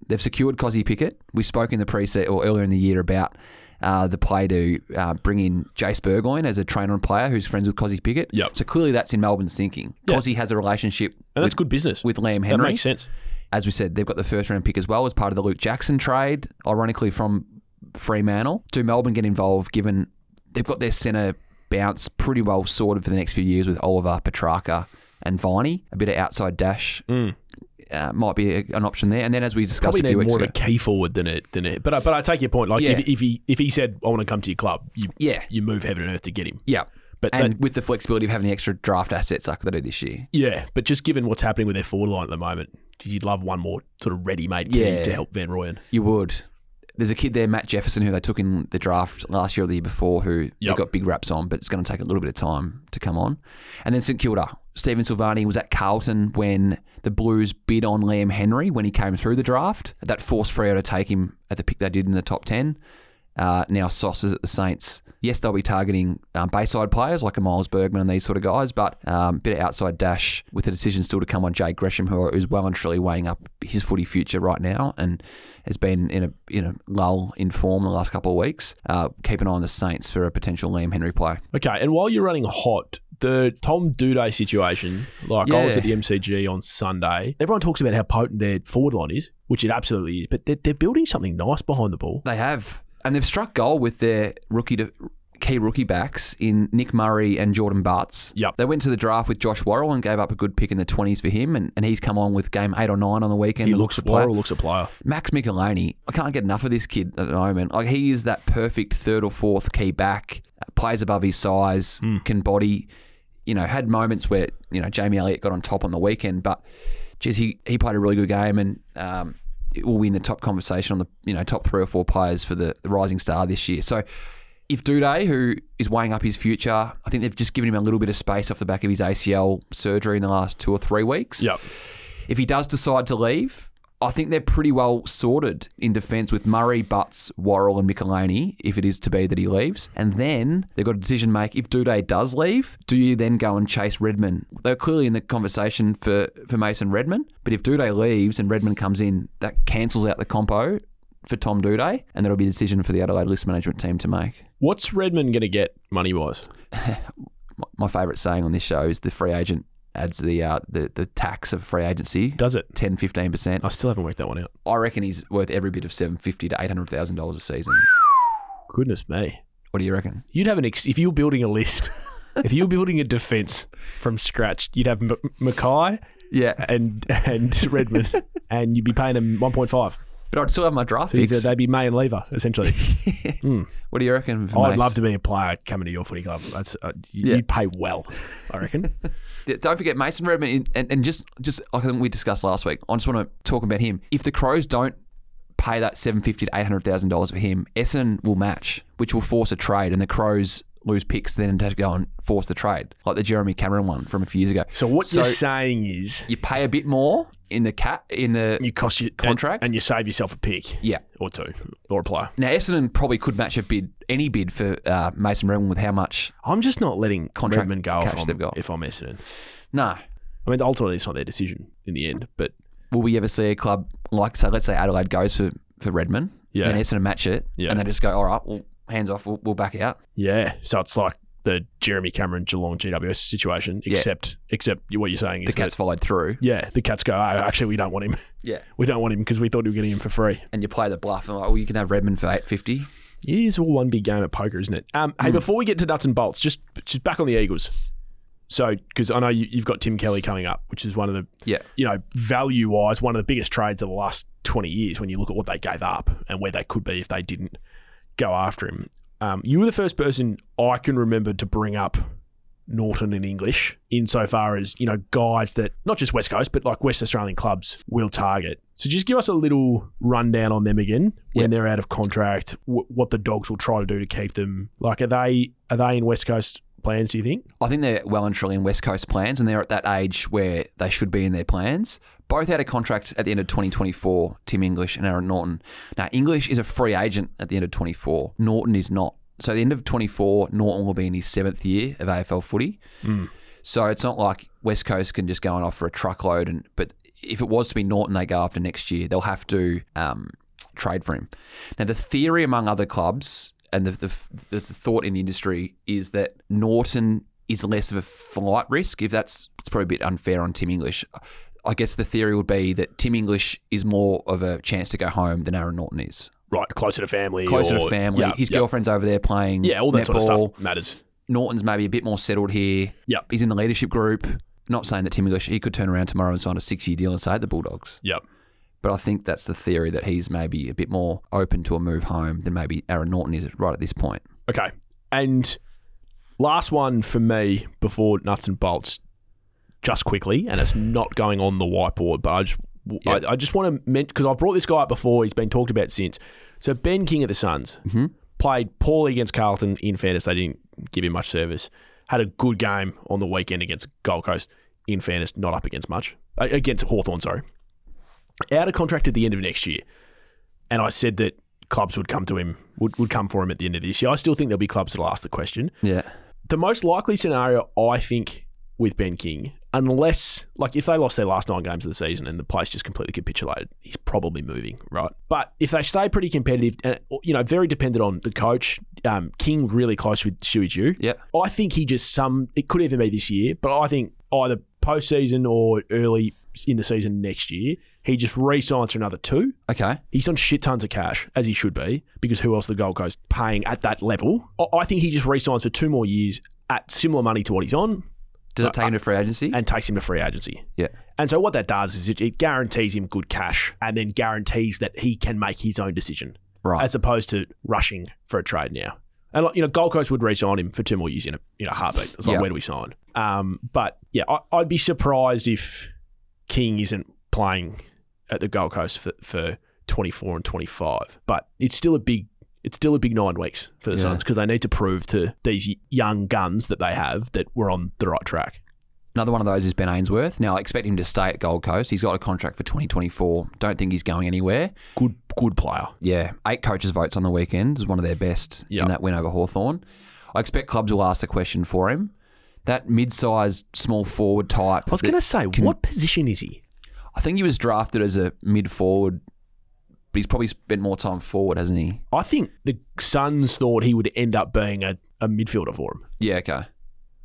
S2: They've secured Cozzy Pickett. We spoke in the preset or earlier in the year about uh, the play to uh, bring in Jace Burgoyne as a trainer and player who's friends with Cozzy Pickett.
S1: Yep.
S2: So clearly that's in Melbourne's thinking.
S1: Yeah.
S2: Cozzy has a relationship
S1: And that's
S2: with,
S1: good business.
S2: with Liam
S1: that
S2: Henry.
S1: makes sense.
S2: As we said, they've got the first round pick as well as part of the Luke Jackson trade, ironically from Fremantle. Do Melbourne get involved given they've got their centre bounce pretty well sorted for the next few years with Oliver, Petrarca, and Viney? A bit of outside dash uh, might be a, an option there. And then as we discussed
S1: Mm. Probably
S2: a
S1: need
S2: few weeks
S1: more
S2: ago.
S1: of a key forward than it than it. But I, but I take your point. Like
S2: Yeah.
S1: if, if he if he said I want to come to your club, you
S2: Yeah.
S1: you move heaven and earth to get him.
S2: Yeah.
S1: But
S2: and with the flexibility of having the extra draft assets like they do this year.
S1: Yeah, but just given what's happening with their forward line at the moment, geez, you'd love one more sort of ready-made key
S2: Yeah.
S1: to help Van Royen.
S2: You would. There's a kid there, Matt Jefferson, who they took in the draft last year or the year before, who
S1: Yep.
S2: they got big raps on, but it's going to take a little bit of time to come on. And then St Kilda, Stephen Silvani was at Carlton when the Blues bid on Liam Henry when he came through the draft. That forced Freo to take him at the pick they did in the top ten. Uh, now Sauce is at the Saints. Yes, they'll be targeting um, Bayside players like a Miles Bergman and these sort of guys, but um, bit of outside dash with the decision still to come on Jay Gresham, who is well and truly weighing up his footy future right now and has been in a in a lull in form the last couple of weeks. Uh, keep an eye on the Saints for a potential Liam Henry play.
S1: Okay, and while you're running hot, the Tom Duday situation, like I was
S2: Yeah.
S1: at the MCG on Sunday, everyone talks about how potent their forward line is, which it absolutely is, but they're, they're building something nice behind the ball.
S2: They have, and they've struck gold with their rookie to, key rookie backs in Nick Murray and Jordan Bartz.
S1: Yep.
S2: They went to the draft with Josh Worrell and gave up a good pick in the twenties for him, and, and he's come on with game eight or nine on the weekend.
S1: He
S2: and
S1: looks a
S2: to play.
S1: player, looks a player.
S2: Max Micheloni, I can't get enough of this kid at the moment. Like he is that perfect third or fourth key back, uh, plays above his size, can body. You know, had moments where you know Jamie Elliott got on top on the weekend, but geez, he, he played a really good game and um, it will be in the top conversation on the you know top three or four players for the, the rising star this year. So if Duday, who is weighing up his future, I think they've just given him a little bit of space off the back of his ACL surgery in the last two or three weeks
S1: Yep.
S2: if he does decide to leave, I think they're pretty well sorted in defence with Murray, Butts, Worrell, and Michelini, if it is to be that he leaves. And then they've got a decision to make. If Duday does leave, do you then go and chase Redmond? They're clearly in the conversation for, for Mason Redmond, but if Duday leaves and Redmond comes in, that cancels out the compo for Tom Duday, and that'll be a decision for the Adelaide list management team to make.
S1: What's Redmond going to get money-wise?
S2: My, my favourite saying on this show is the free agent adds the uh, the, the tax of free agency.
S1: Does it?
S2: 10 15%.
S1: I still haven't worked that one out.
S2: I reckon he's worth every bit of seven fifty to eight hundred thousand dollars a season.
S3: Goodness me.
S2: What do you reckon?
S1: You'd have an ex- if you were building a list, if you were building a defense from scratch, you'd have M- Mackay
S2: Yeah,
S1: and and Redmond, and you'd be paying them one point five.
S2: but I'd still have my draft picks.
S1: These are- They'd be May and Lever essentially.
S2: What do you reckon?
S1: Oh, I'd love to be a player coming to your footy club. That's uh, you,
S2: Yeah.
S1: you pay well, I reckon.
S2: Yeah, Don't forget Mason Redmond, in- and, and just just like I think we discussed last week. I just want to talk about him. If the Crows don't pay that seven fifty to eight hundred thousand dollars for him, Essendon will match, which will force a trade, and the Crows lose picks then and have to go and force the trade, like the Jeremy Cameron one from a few years ago.
S1: So what
S2: So-
S1: you're saying is
S2: You pay a bit more in the cap in the
S1: you cost your
S2: Contract?
S1: and, and you save yourself a pick
S2: yeah.
S1: or two or a player.
S2: Now Essendon probably could match a bid, any bid for uh, Mason Redmond with how much?
S1: I'm just not letting
S2: Contract
S1: Redmond go if
S2: cash
S1: I'm,
S2: they've got.
S1: if I'm Essendon.
S2: No.
S1: I mean, ultimately, it's not their decision in the end, but
S2: Will we ever see a club like so? Let's say Adelaide goes for for Redmond,
S1: Yeah.
S2: and Essendon match it,
S1: Yeah.
S2: and they just go, all right, well, hands off, we'll, we'll back out.
S1: yeah. So it's like the Jeremy Cameron Geelong GWS situation,
S2: Yeah.
S1: except except you- what you're saying
S2: the
S1: is that,
S2: cats followed through.
S1: yeah, the Cats go, oh, actually, we don't want him.
S2: Yeah,
S1: We don't want him because we thought we were getting him for free.
S2: and you play the bluff, and like, well, you can have Redmond for eight fifty.
S1: It is all one big game at poker, isn't it? Um,
S2: Hmm.
S1: hey, before we get to nuts and bolts, just just back on the Eagles. So, because I know you, you've got Tim Kelly coming up, which is one of the
S2: Yeah,
S1: you know value wise one of the biggest trades of the last twenty years. When you look at what they gave up and where they could be if they didn't go after him, um, you were the first person I can remember to bring up Norton in English, insofar as you know guys that not just West Coast but like West Australian clubs will target. So just give us a little rundown on them again when
S2: Yeah.
S1: they're out of contract. W- what the Dogs will try to do to keep them. Like, are they are they in West Coast plans? Do you think?
S2: I think they're well and truly in West Coast plans, and they're at that age where they should be in their plans. Both had a contract at the end of 2024, Tim English and Aaron Norton. Now, English is a free agent at the end of 24. Norton is not. So, at the end of 24, Norton will be in his seventh year of AFL footy. So, it's not like West Coast can just go and offer a truckload. And But if it was to be Norton they go after next year, they'll have to um, trade for him. Now, the theory among other clubs and the, the, the, the thought in the industry is that Norton is less of a flight risk. If that's it's probably a bit unfair on Tim English. I guess the theory would be that Tim English is more of a chance to go home than Aaron Norton is.
S1: Right, closer to family,
S2: Closer
S1: or-
S2: to family.
S1: Yeah,
S2: His
S1: yeah.
S2: girlfriend's over there playing.
S1: yeah, all that sort of
S2: netball.
S1: stuff matters.
S2: Norton's maybe a bit more settled here.
S1: Yeah.
S2: He's in the leadership group. Not saying that Tim English he could turn around tomorrow and sign a six year deal and stay at the Bulldogs.
S1: Yep.
S2: But I think that's the theory that he's maybe a bit more open to a move home than maybe Aaron Norton is right at this point.
S1: Okay.
S3: And last one for me before nuts and bolts, just quickly, and it's not going on the whiteboard, but I just
S2: Yeah.
S3: I, I just want to mention because I've brought this guy up before. He's been talked about since. So Ben King of the Suns played poorly against Carlton. In fairness, they didn't give him much service. Had a good game on the weekend against Gold Coast. In fairness, not up against much Uh, against Hawthorn. Sorry, out of contract at the end of next year and I said that clubs would come to him, would, would come for him at the end of this year. I still think there'll be clubs that'll ask the question.
S2: Yeah.
S3: The most likely scenario, I think, with Ben King, unless, like, if they lost their last nine games of the season and the place just completely capitulated, he's probably moving, right? But if they stay pretty competitive and, you know, very dependent on the coach, um, King really close with Shuey Jew.
S2: Yeah.
S3: I think he just some. It could even be this year, but I think either postseason or early in the season next year, he just re-signs for another two.
S2: Okay.
S3: He's on shit tons of cash, as he should be, because who else the Gold Coast paying at that level? I- I think he just re-signs for two more years at similar money to what he's on
S2: Does it take him to free agency?
S3: and takes him to free agency.
S2: yeah.
S3: And so what that does is it, it guarantees him good cash and then guarantees that he can make his own decision
S2: Right.
S3: as opposed to rushing for a trade now. And like, you know, Gold Coast would re-sign him for two more years in a in a heartbeat. It's like,
S2: Yeah.
S3: where do we sign? Um, but yeah, I, I'd be surprised if King isn't playing at the Gold Coast for, for 24 and 25. But it's still a big it's still a big nine weeks for the
S2: Yeah.
S3: Suns because they need to prove to these y- young guns that they have that we're on the right track.
S2: Another one of those is Ben Ainsworth. Now, I expect him to stay at Gold Coast. He's got a contract for 2024. Don't think he's going anywhere.
S3: Good good player.
S2: Yeah. Eight coaches' votes on the weekend is one of their best
S3: Yeah.
S2: in that win over Hawthorn. I expect clubs will ask the question for him. That mid sized small forward type.
S3: I was
S2: that-
S3: going to say,
S2: can-
S3: what position is he?
S2: I think he was drafted as a mid forward, but he's probably spent more time forward, hasn't he?
S3: I think the Suns thought he would end up being a, a midfielder for him.
S2: Yeah, okay.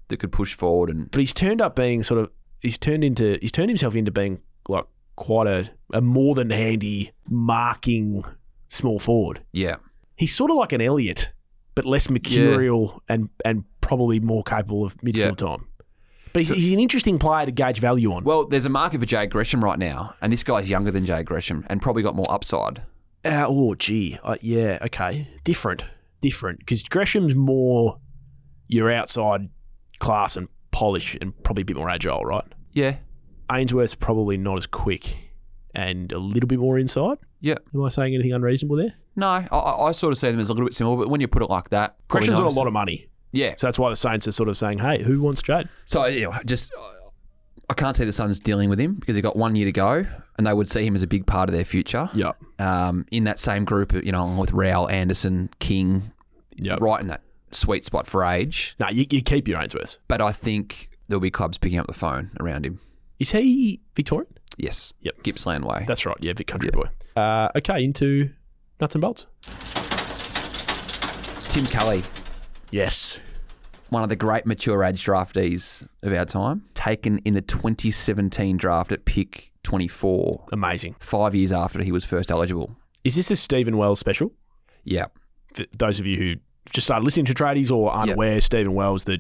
S2: That could push forward and
S3: but he's turned up being sort of he's turned into he's turned himself into being like quite a, a more than handy marking small forward.
S2: yeah.
S3: He's sort of like an Elliot
S1: but less mercurial and and probably more capable of midfield
S2: Yeah.
S1: time. But he's, he's an interesting player to gauge value on.
S2: Well, there's a market for Jay Gresham right now, and this guy's younger than Jay Gresham and probably got more upside.
S1: Uh, oh, gee. Uh, yeah, okay. Different. Different. Because Gresham's more your outside class and polish and probably a bit more agile, right?
S2: Yeah,
S1: Ainsworth's probably not as quick and a little bit more inside.
S2: yeah.
S1: Am I saying anything unreasonable there?
S2: No, I- I, I sort of see them as a little bit similar, but when you put it like that, probably
S1: Gresham's
S2: not
S1: got a
S2: as-
S1: lot of money.
S2: Yeah,
S1: So that's why the Saints are sort of saying, hey, who wants Jade?
S2: so you know, just uh, I can't see the Suns dealing with him because he got one year to go, and they would see him as a big part of their future.
S3: Yep.
S2: Um, in that same group, you know, along with Rowell, Anderson, King,
S3: Yep.
S2: right in that sweet spot for age.
S1: No, you, you keep your Ainsworth.
S2: But I think there'll be clubs picking up the phone around him.
S1: Is he Victorian?
S2: Yes.
S1: Yep.
S2: Gippsland way.
S1: That's right. Yeah, Vic Country Boy. Uh, okay, into nuts and bolts.
S2: Tim Kelly,
S1: Yes.
S2: one of the great mature age draftees of our time, taken in the 2017 draft at pick 24,
S1: Amazing.
S2: five years after he was first eligible.
S1: Is this a Stephen Wells special?
S2: Yeah.
S1: for those of you who just started listening to tradies or aren't
S2: Yep.
S1: aware, Stephen Wells, the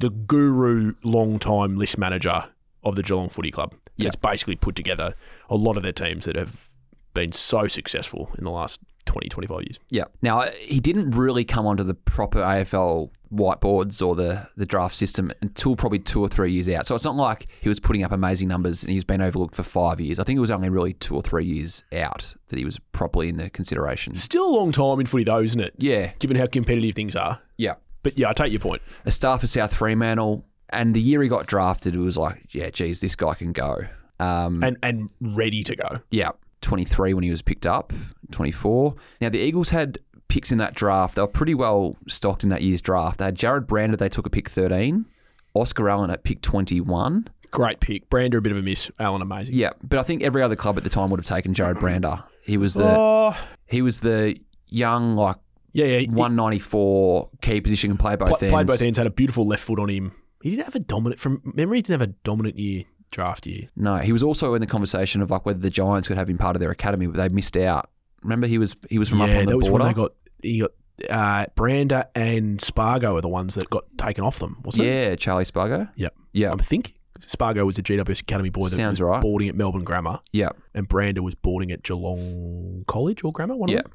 S1: the guru, long-time list manager of the Geelong Footy Club, And
S2: Yep.
S1: it's basically put together a lot of their teams that have been so successful in the last 20, 25 years.
S2: Yeah. Now he didn't really come onto the proper AFL whiteboards or the the draft system until probably two or three years out. So it's not like he was putting up amazing numbers and he's been overlooked for five years. I think it was only really two or three years out that he was properly in the consideration.
S1: Still a long time in footy, though, isn't it?
S2: Yeah.
S1: Given how competitive things are.
S2: Yeah.
S1: But yeah, I take your point.
S2: A star for South Fremantle, and the year he got drafted, it was like, yeah, geez, this guy can go. Um,
S1: And and ready to go.
S2: Yeah, 23 when he was picked up, 24. Now, the Eagles had picks in that draft. They were pretty well stocked in that year's draft. They had Jared Brander, they took a pick 13. Oscar Allen at pick 21.
S1: Great pick. Brander a bit of a miss. Allen amazing.
S2: Yeah, but I think every other club at the time would have taken Jared Brander. He was the
S1: Oh,
S2: he was the young like
S1: yeah, yeah. he-
S2: 194 key position and play both
S1: pla-
S2: ends.
S1: played both ends, had a beautiful left foot on him. He didn't have a dominant from memory, he didn't have a dominant year draft year.
S2: No, he was also in the conversation of like whether the Giants could have him part of their academy, but they missed out. Remember he was he was from up
S1: yeah,
S2: on the
S1: that was
S2: border.
S1: when they got he got uh, Brander and Spargo are the ones that got taken off them, wasn't it?
S2: yeah, Charlie Spargo.
S1: Yep.
S2: Yeah.
S1: I think Spargo was a GWS Academy boy that
S2: Sounds
S1: was
S2: right.
S1: boarding at Melbourne Grammar,
S2: Yeah.
S1: and Brander was boarding at Geelong College or Grammar. One
S2: Yeah.
S1: of them.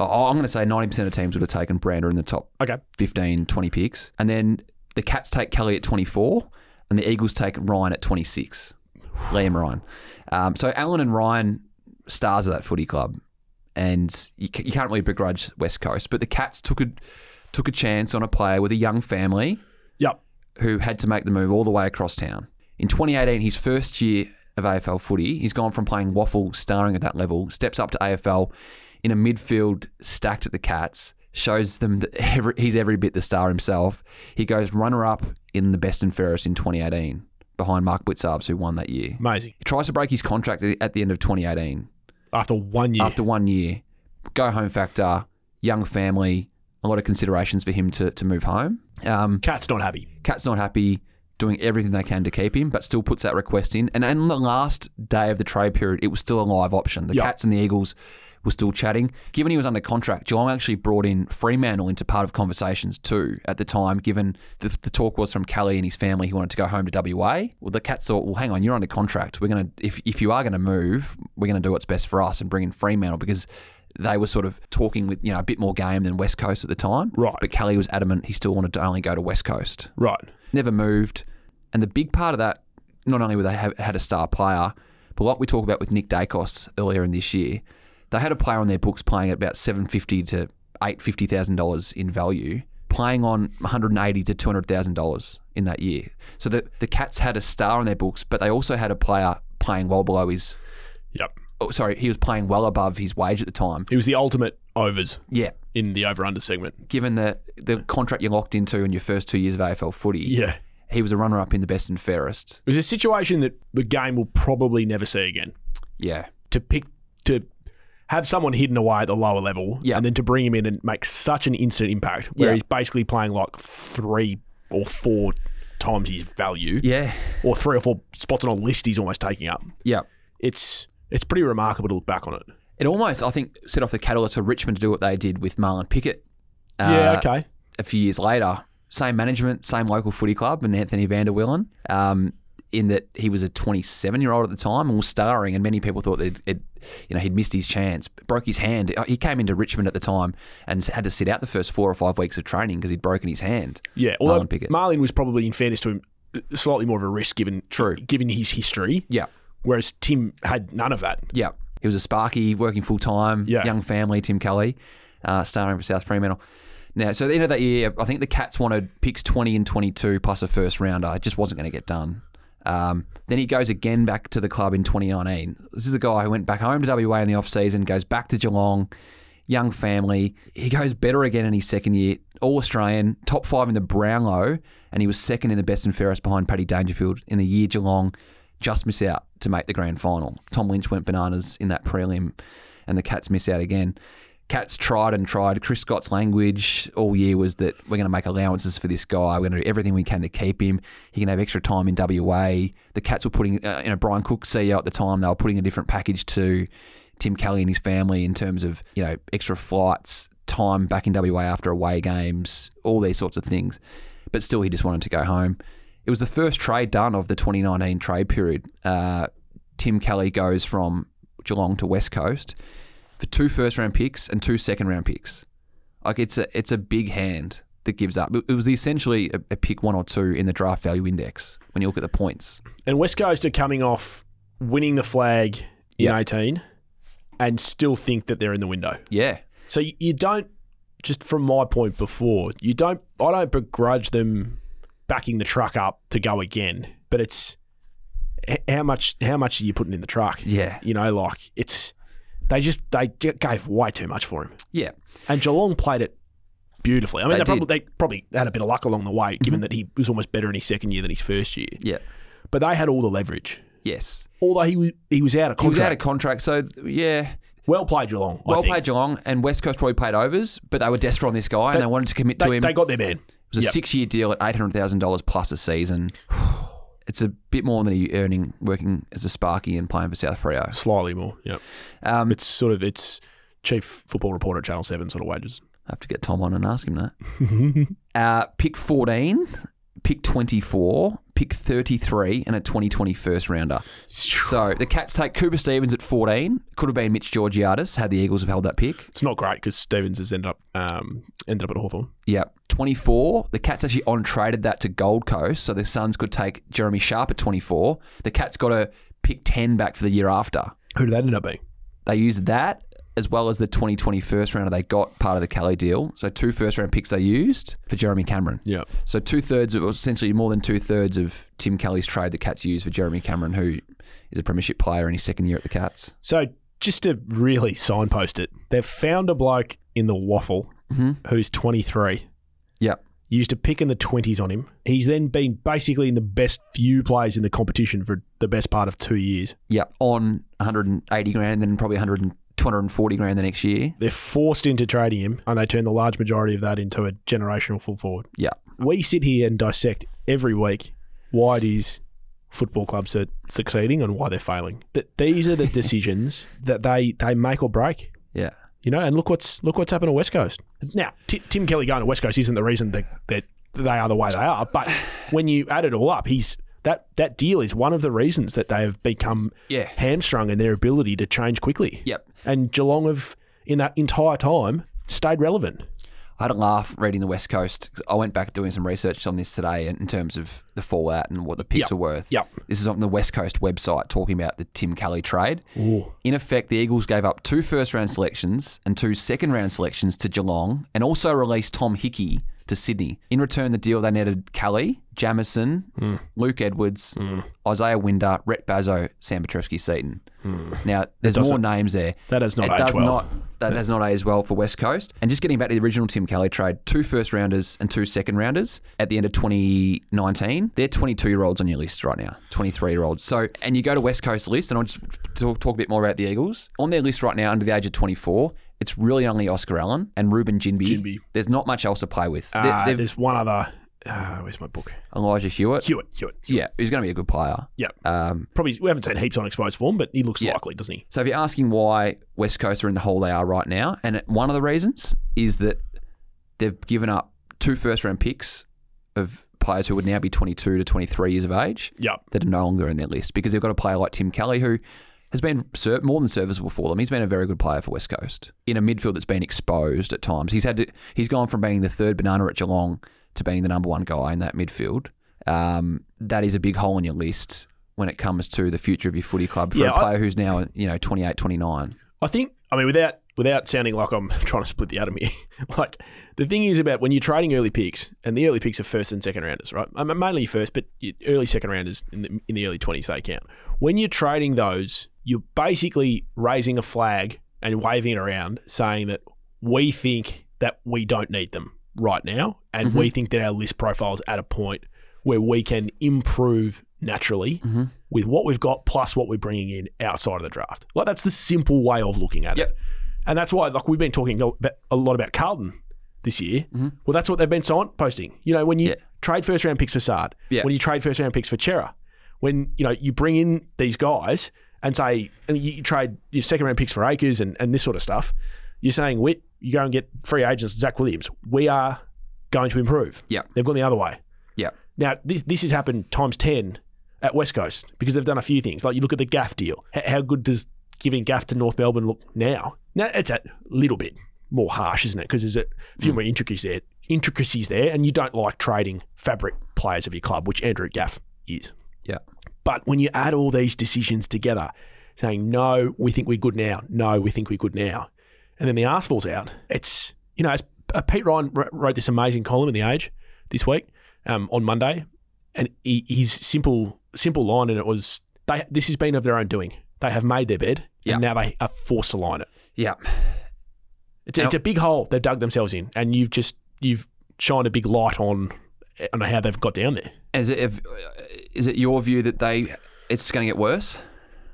S2: Oh, I'm going to say 90% of teams would have taken Brander in the top
S1: Okay.
S2: 15, 20 picks. And then the Cats take Kelly at 24, and the Eagles take Ryan at 26, Liam Ryan. Um, so Allen and Ryan, stars of that footy club. And you, ca- you can't really begrudge West Coast. But the Cats took a, took a chance on a player with a young family
S1: Yep.
S2: who had to make the move all the way across town. In 2018, his first year of AFL footy, he's gone from playing waffle, starring at that level, steps up to AFL in a midfield stacked at the Cats, shows them that every, he's every bit the star himself. He goes runner up in the best and fairest in 2018 behind Mark Blitzarbs, who won that year.
S1: Amazing.
S2: He tries to break his contract at the end of 2018
S1: After one year,
S2: after one year, go home factor, young family, a lot of considerations for him to, to move home. Um,
S1: Cat's not happy.
S2: Cat's not happy, doing everything they can to keep him, but still puts that request in. And on the last day of the trade period, it was still a live option. The
S1: Yeah.
S2: Cats and the Eagles were still chatting. Given he was under contract, Geelong actually brought in Fremantle into part of conversations too at the time, given the, the talk was from Kelly and his family he wanted to go home to WA. Well, the Cats thought, well, hang on, you're under contract. We're going to, if, if you are going to move, we're going to do what's best for us and bring in Fremantle because they were sort of talking with, you know, a bit more game than West Coast at the time.
S1: Right.
S2: But Kelly was adamant he still wanted to only go to West Coast
S1: Right.
S2: never moved. And the big part of that, not only were they ha- had a star player, but like we talked about with Nick Dacos earlier in this year, they had a player on their books playing at about seven fifty to eight fifty thousand dollars in value, playing on one hundred and eighty to two hundred thousand dollars in that year. So the the Cats had a star on their books, but they also had a player playing well below his.
S1: Yep.
S2: Oh, sorry, he was playing well above his wage at the time.
S1: He was the ultimate overs
S2: Yeah,
S1: in the over under segment.
S2: given the the contract you're locked into in your first two years of AFL footy,
S1: Yeah.
S2: he was a runner up in the best and fairest.
S1: It was a situation that the game will probably never see again.
S2: Yeah.
S1: to pick to have someone hidden away at the lower level
S2: Yeah.
S1: and then to bring him in and make such an instant impact where
S2: Yeah.
S1: he's basically playing like three or four times his value
S2: Yeah.
S1: or three or four spots on a list he's almost taking up.
S2: Yeah.
S1: It's it's pretty remarkable to look back on it.
S2: It almost, I think, set off the catalyst for Richmond to do what they did with Marlon Pickett Uh,
S1: yeah, okay.
S2: a few years later, same management, same local footy club, and Anthony van der Willen, um, in that he was a 27 year old at the time and was starring, and many people thought that it, it, you know, he'd missed his chance, broke his hand. He came into Richmond at the time and had to sit out the first four or five weeks of training because he'd broken his hand.
S1: Yeah, although
S2: Marlon Pickett.
S1: Marlin was probably, in fairness to him, slightly more of a risk given
S2: True.
S1: given his history.
S2: Yeah,
S1: Whereas Tim had none of that.
S2: yeah. He was a sparky, working full time,
S1: Yeah.
S2: young family, Tim Kelly, uh, starring for South Fremantle. Now, so at the end of that year, I think the Cats wanted picks 20 and 22 plus a first rounder. It just wasn't going to get done. Um, then he goes again back to the club in 2019. This is a guy who went back home to WA in the off season, goes back to Geelong, young family. He goes better again in his second year, All Australian, top five in the Brownlow, and he was second in the best and fairest behind Paddy Dangerfield in the year Geelong just miss out to make the grand final. Tom Lynch went bananas in that prelim, and the Cats miss out again. Cats tried and tried. Chris Scott's language all year was that we're going to make allowances for this guy. We're going to do everything we can to keep him. He can have extra time in WA. The Cats were putting, uh, you know, Brian Cook, CEO at the time, they were putting a different package to Tim Kelly and his family in terms of, you know, extra flights, time back in WA after away games, all these sorts of things. But still, he just wanted to go home. It was the first trade done of the 2019 trade period. Uh, Tim Kelly goes from Geelong to West Coast for two first round picks and two second round picks. Like it's a it's a big hand that gives up. It it was essentially a, a pick one or two in the draft value index when you look at the points.
S1: And West Coast are coming off winning the flag in
S2: Yeah.
S1: 18 and still think that they're in the window.
S2: Yeah,
S1: So you, you don't, just from my point before, you don't, I don't begrudge them backing the truck up to go again, but it's h- how much, how much are you putting in the truck?
S2: yeah,
S1: You know, like it's, they just, they j- gave way too much for him.
S2: yeah.
S1: And Geelong played it beautifully. I mean,
S2: They Mm-hmm.
S1: they, probably, they probably had a bit of luck along the way, given that he was almost better in his second year than his first year.
S2: Yeah.
S1: But they had all the leverage.
S2: Yes.
S1: Although he was, he was out of
S2: He was out
S1: contract.
S2: of contract, so yeah.
S1: well played Geelong. I
S2: Well
S1: think.
S2: played Geelong and West Coast probably paid overs, but they were desperate on this guy and they wanted to commit to
S1: They,
S2: him.
S1: they got their man.
S2: It was a
S1: Yep.
S2: six year deal at eight hundred thousand dollars plus a season. It's a bit more than he earning working as a Sparky and playing for South Freo.
S1: Slightly more. Yeah.
S2: Um,
S1: It's sort of it's chief football reporter at Channel Seven sort of wages.
S2: I have to get Tom on and ask him that. uh, pick fourteen, pick twenty four, pick thirty three, and a 2020 first rounder. So the Cats take Cooper Stevens at fourteen. Could have been Mitch Georgiadis had the Eagles have held that pick.
S1: It's not great because Stevens has ended up um, ended up at Hawthorn.
S2: Yeah. 24. The Cats actually on traded that to Gold Coast, so the Suns could take Jeremy Sharp at 24. The Cats got to pick 10 back for the year after.
S1: Who did that end up being?
S2: They used that as well as the 2020 first rounder they got part of the Kelly deal. So two first round picks they used for Jeremy Cameron.
S1: Yeah.
S2: So two thirds of essentially more than two thirds of Tim Kelly's trade the Cats used for Jeremy Cameron, who is a premiership player in his second year at the Cats.
S1: So just to really signpost it, they've found a bloke in the waffle who's 23.
S2: Yep.
S1: Used a pick in the 20s on him. He's then been basically in the best few players in the competition for the best part of two years.
S2: Yep. On 180 grand and then probably 100 and 240 grand the next year.
S1: They're forced into trading him, and they turn the large majority of that into a generational full forward.
S2: Yeah.
S1: We sit here and dissect every week why these football clubs are succeeding and why they're failing. Th- these are the decisions that they, they make or break.
S2: Yeah.
S1: You know, and look what's look what's happened to West Coast. Now, Ti- Tim Kelly going to West Coast isn't the reason that, that they are the way they are, but when you add it all up, he's that that deal is one of the reasons that they have become
S2: Yeah.
S1: hamstrung in their ability to change quickly.
S2: Yep.
S1: And Geelong have in that entire time stayed relevant.
S2: I had a laugh reading the West Coast. 'cause I went back doing some research on this today in in terms of the fallout and what the picks
S1: Yep.
S2: are worth.
S1: Yep.
S2: This is on the West Coast website talking about the Tim Kelly trade. In effect, the Eagles gave up two first round selections and two second round selections to Geelong and also released Tom Hickey to Sydney. In return, the deal they netted Kelly, Jamison,
S1: Hmm.
S2: Luke Edwards, Isaiah Winder, Rhett Bazo, Sam Petrovsky Seaton. Now, there's more names there.
S1: Hmm. That has not
S2: It
S1: aged
S2: does
S1: well.
S2: not that has not aged well for West Coast. And just getting back to the original Tim Kelly trade, two first rounders and two second rounders at the end of 2019. They're 22 year olds on your list right now, 23 year olds. So, and you go to West Coast list, and I'll just talk, talk a bit more about the Eagles. On their list right now, under the age of 24, it's really only Oscar Allen and Ruben Jinby.
S1: Jinby.
S2: There's not much else to play with. They-
S1: Uh,
S2: they've-
S1: there's one other. Uh, where's my book?
S2: Elijah Hewitt.
S1: Hewitt. Hewitt.
S2: Yeah, who's going to be a good player.
S1: Yeah.
S2: Um,
S1: Probably we haven't seen heaps on exposed form, but he looks
S2: Yeah.
S1: likely, doesn't he?
S2: So if you're asking why West Coast are in the hole they are right now, and one of the reasons is that They've given up two first round picks of players who would now be 22 to 23 years of age
S1: Yep.
S2: that are no longer in their list because they've got a player like Tim Kelly who has been ser- more than serviceable for them. He's been a very good player for West Coast in a midfield that's been exposed at times. He's had to, he's gone from being the third banana at Geelong to being the number one guy in that midfield. Um, that is a big hole in your list when it comes to the future of your footy club for
S1: Yeah,
S2: a
S1: I-
S2: player who's now you know 28, 29.
S1: I think, I mean, without without sounding like I'm trying to split the atom here, like the thing is about when you're trading early picks, and the early picks are first and second rounders, right? I mean, mainly first, but you- early second rounders in the, in the early 20s, they count. When you're trading those, you're basically raising a flag and waving it around saying that we think that we don't need them right now, and we think that our list profile is at a point where we can improve naturally
S2: Mhm.
S1: with what we've got plus what we're bringing in outside of the draft. Like that's the simple way of looking at it,
S2: Yep.
S1: and that's why like we've been talking a bit- a lot about Carlton this year.
S2: Mhm.
S1: Well, that's what they've been sign- posting. You know, when you
S2: Yeah.
S1: trade first round picks for Sard,
S2: Yeah.
S1: when you trade first round picks for Chera, when you know you bring in these guys and say, and you, you trade your second round picks for Acres and and this sort of stuff, you're saying we you go and get free agents Zach Williams. We are going to improve.
S2: Yeah.
S1: they've gone the other way.
S2: Yeah.
S1: Now, this this has happened times 10 at West Coast because they've done a few things. Like you look at the Gaff deal. H- how good does giving Gaff to North Melbourne look now? Now, it's a little bit more harsh, isn't it? Because there's a few more intricacies there, intricacies there, and you don't like trading fabric players of your club, which Andrew Gaff is.
S2: Yeah.
S1: But when you add all these decisions together, saying, no, we think we're good now, no, we think we're good now, and then the arse falls out, it's, you know, it's, uh, Pete Ryan wr- wrote this amazing column in The Age this week um, on Monday, and he, his simple simple line, and it was, they this has been of their own doing. They have made their bed,
S2: Yeah.
S1: and now they are forced to line it.
S2: Yeah,
S1: It's, it's a big hole they've dug themselves in, and you've just, you've shined a big light on, on how they've got down there.
S2: is it if, is it your view that they it's going to get worse?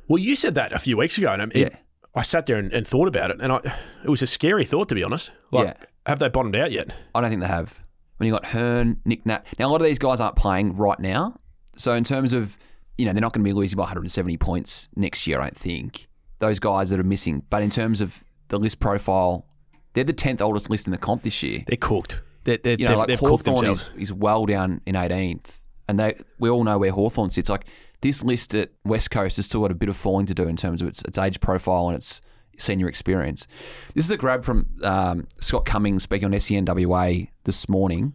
S1: Well, you said that a few weeks ago, and um, it,
S2: Yeah.
S1: I sat there and, and thought about it, and I, it was a scary thought to be honest. Like,
S2: Yeah.
S1: have they bottomed out yet?
S2: I don't think they have. When you got Hearn, Nick Nat. Now a lot of these guys aren't playing right now, so in terms of you know they're not going to be losing by 170 points next year. I don't think those guys that are missing. But in terms of the list profile, they're the 10th oldest list in the comp this year.
S1: They're cooked. They're, they're,
S2: You know,
S1: they've,
S2: like
S1: they've cooked
S2: Hawthorn
S1: themselves.
S2: is, is well down in 18th, and they we all know where Hawthorn sits. Like this list at West Coast has still got a bit of falling to do in terms of its its age profile and its senior experience. This is a grab from um, Scott Cummings speaking on E SENWA this morning,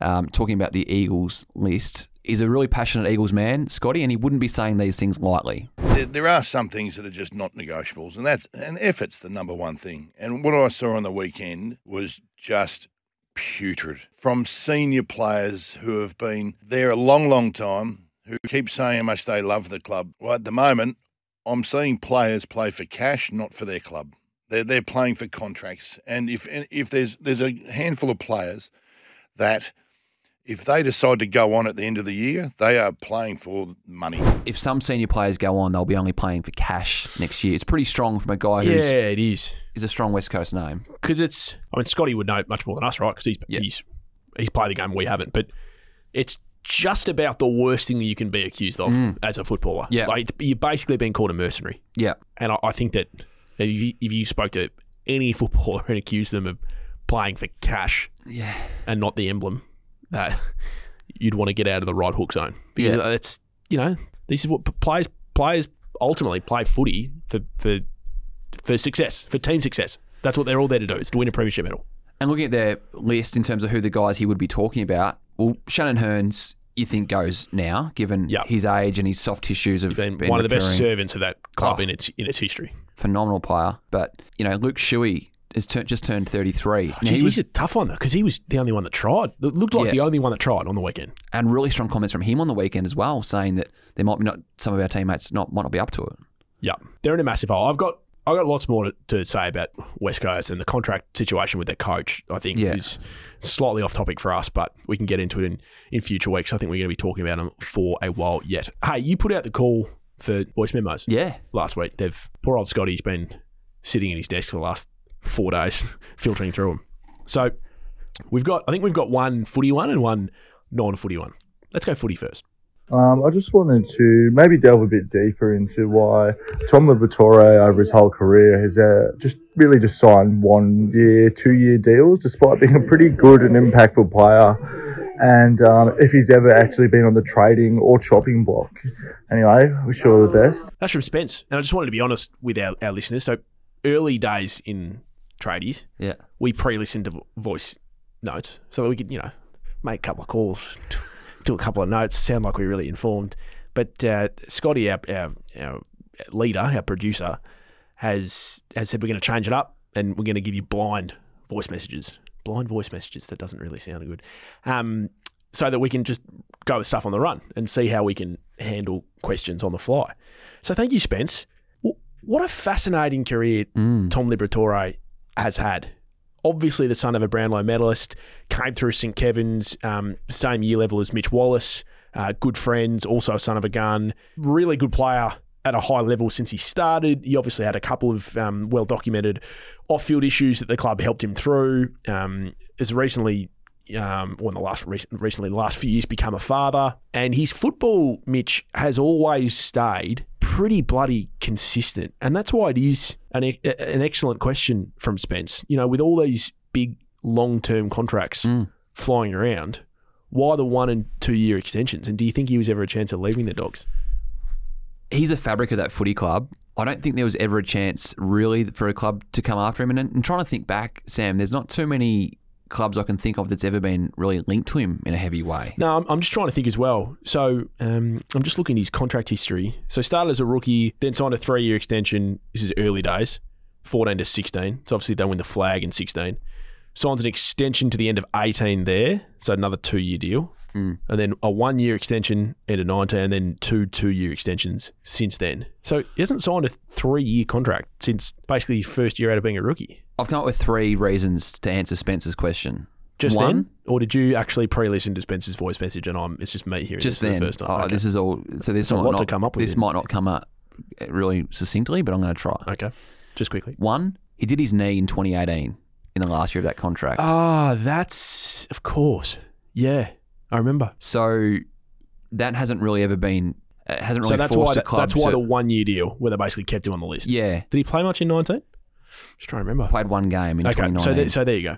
S2: um, talking about the Eagles list. He's a really passionate Eagles man, Scotty, and he wouldn't be saying these things lightly.
S4: there, there are some things that are just not negotiables, and that's and effort's the number one thing. And what I saw on the weekend was just putrid from senior players who have been there a long, long time, who keep saying how much they love the club. Well, at the moment, I'm seeing players play for cash, not for their club. They're they're playing for contracts, and if if there's there's a handful of players that if they decide to go on at the end of the year, they are playing for money.
S2: If some senior players go on, they'll be only playing for cash next year. It's pretty strong from a guy who's
S1: yeah, it is.
S2: is a strong West Coast name.
S1: because it's. I mean, Scotty would know much more than us, right? Because he's
S2: Yeah.
S1: he's he's played the game we haven't. But it's just about the worst thing that you can be accused of as a footballer.
S2: Mm. Yeah.
S1: like it's, you're basically being called a mercenary.
S2: Yeah.
S1: And I, I think that if you, if you spoke to any footballer and accused them of playing for cash,
S2: Yeah.
S1: and not the emblem, that you'd want to get out of the right hook zone because
S2: Yeah.
S1: that's you know this is what p- players players ultimately play footy for for for success for team success. That's what they're all there to do is to win a premiership medal.
S2: And looking at their list in terms of who the guys he would be talking about, well, Shannon Hearns, you think goes now, given
S1: Yep.
S2: his age and his soft tissues have
S1: Been,
S2: been,
S1: one of the best
S2: recurring.
S1: servants of that club
S2: Oh.
S1: in its in its history.
S2: phenomenal player. But you know, Luke Shuey has tur just turned thirty three.
S1: Jeez, he's a tough one though because he was the only one that tried. It looked like
S2: Yeah.
S1: the only one that tried on the weekend.
S2: and really strong comments from him on the weekend as well, saying that there might be not some of our teammates not might not be up to it.
S1: Yeah, they're in a massive hole. I've got I've got lots more to, to say about West Coast and the contract situation with their coach. I think
S2: Yeah.
S1: is slightly off topic for us, but we can get into it in, in future weeks. I think we're going to be talking about them for a while yet. Hey, you put out the call for voice memos
S2: Yeah,
S1: last week. They've poor old Scotty's been sitting in his desk for the last four days, filtering through them. So we've got I think we've got one footy one and one non footy one. Let's go footy first.
S5: Um, I just wanted to maybe delve a bit deeper into why Tom Liberatore over his whole career has uh, just really just signed one year, two year deals, despite being a pretty good and impactful player. And um, if he's ever actually been on the trading or chopping block. Anyway, wish you all the best.
S1: That's from Spence. And I just wanted to be honest with our, our listeners. So early days in tradies,
S2: Yeah.
S1: we pre-listened to vo- voice notes so that we could, you know, make a couple of calls, do a couple of notes, sound like we're really informed. But uh, Scotty, our, our, our leader, our producer, has has said we're going to change it up and we're going to give you blind voice messages. Blind voice messages. That doesn't really sound good. Um, so that we can just go with stuff on the run and see how we can handle questions on the fly. So thank you, Spence. W- What a fascinating career
S2: Mm.
S1: Tom Liberatore has had. Obviously, the son of a Brownlow medalist, came through St Kevin's, um, same year level as Mitch Wallace, uh, good friends, also a son of a gun, really good player at a high level since he started. He obviously had a couple of um, well documented off field issues that the club helped him through. Um, as recently, um, or in the last rec- recently, the last few years, become a father, and his football, Mitch, has always stayed pretty bloody consistent, and that's why it is an e- an excellent question from Spence. You know, with all these big long term contracts
S2: Mm.
S1: flying around, why the one and two year extensions? And do you think he was ever a chance of leaving the Dogs?
S2: he's a fabric of that footy club. I don't think there was ever a chance really for a club to come after him. And I'm trying to think back, Sam, there's not too many clubs I can think of that's ever been really linked to him in a heavy way.
S1: No, I'm, I'm just trying to think as well. So um, I'm just looking at his contract history. So started as a rookie, then signed a three year extension. This is early days, 14 to 16. So obviously they win the flag in 16. Signs an extension to the end of 18 there, so another two year deal.
S2: Mm.
S1: And then a one year extension end of 19, and then two two year extensions since then. So he hasn't signed a three year contract since basically his first year out of being a rookie.
S2: I've come up with three reasons to answer Spencer's question.
S1: Just
S2: One?
S1: then? Or did you actually pre listen to Spencer's voice message and I'm it's just me hearing
S2: Just
S1: this for
S2: then,
S1: the first time?
S2: oh,
S1: Okay.
S2: this is all. So this
S1: a
S2: might
S1: lot
S2: not
S1: to come up with
S2: This
S1: here.
S2: might not come up uh, really succinctly, but I'm going to try.
S1: Okay. Just quickly.
S2: One, he did his knee in 2018 in the last year of that contract.
S1: Ah, that's of course. Yeah, I remember.
S2: so that hasn't really ever been. It hasn't really
S1: so that's
S2: forced
S1: why
S2: a
S1: that,
S2: club.
S1: that's why
S2: to,
S1: the one year deal where they basically kept him on the list.
S2: yeah
S1: Did he play much in nineteen? Just trying to remember.
S2: played one game in
S1: okay,
S2: 2019.
S1: so there, so there you go.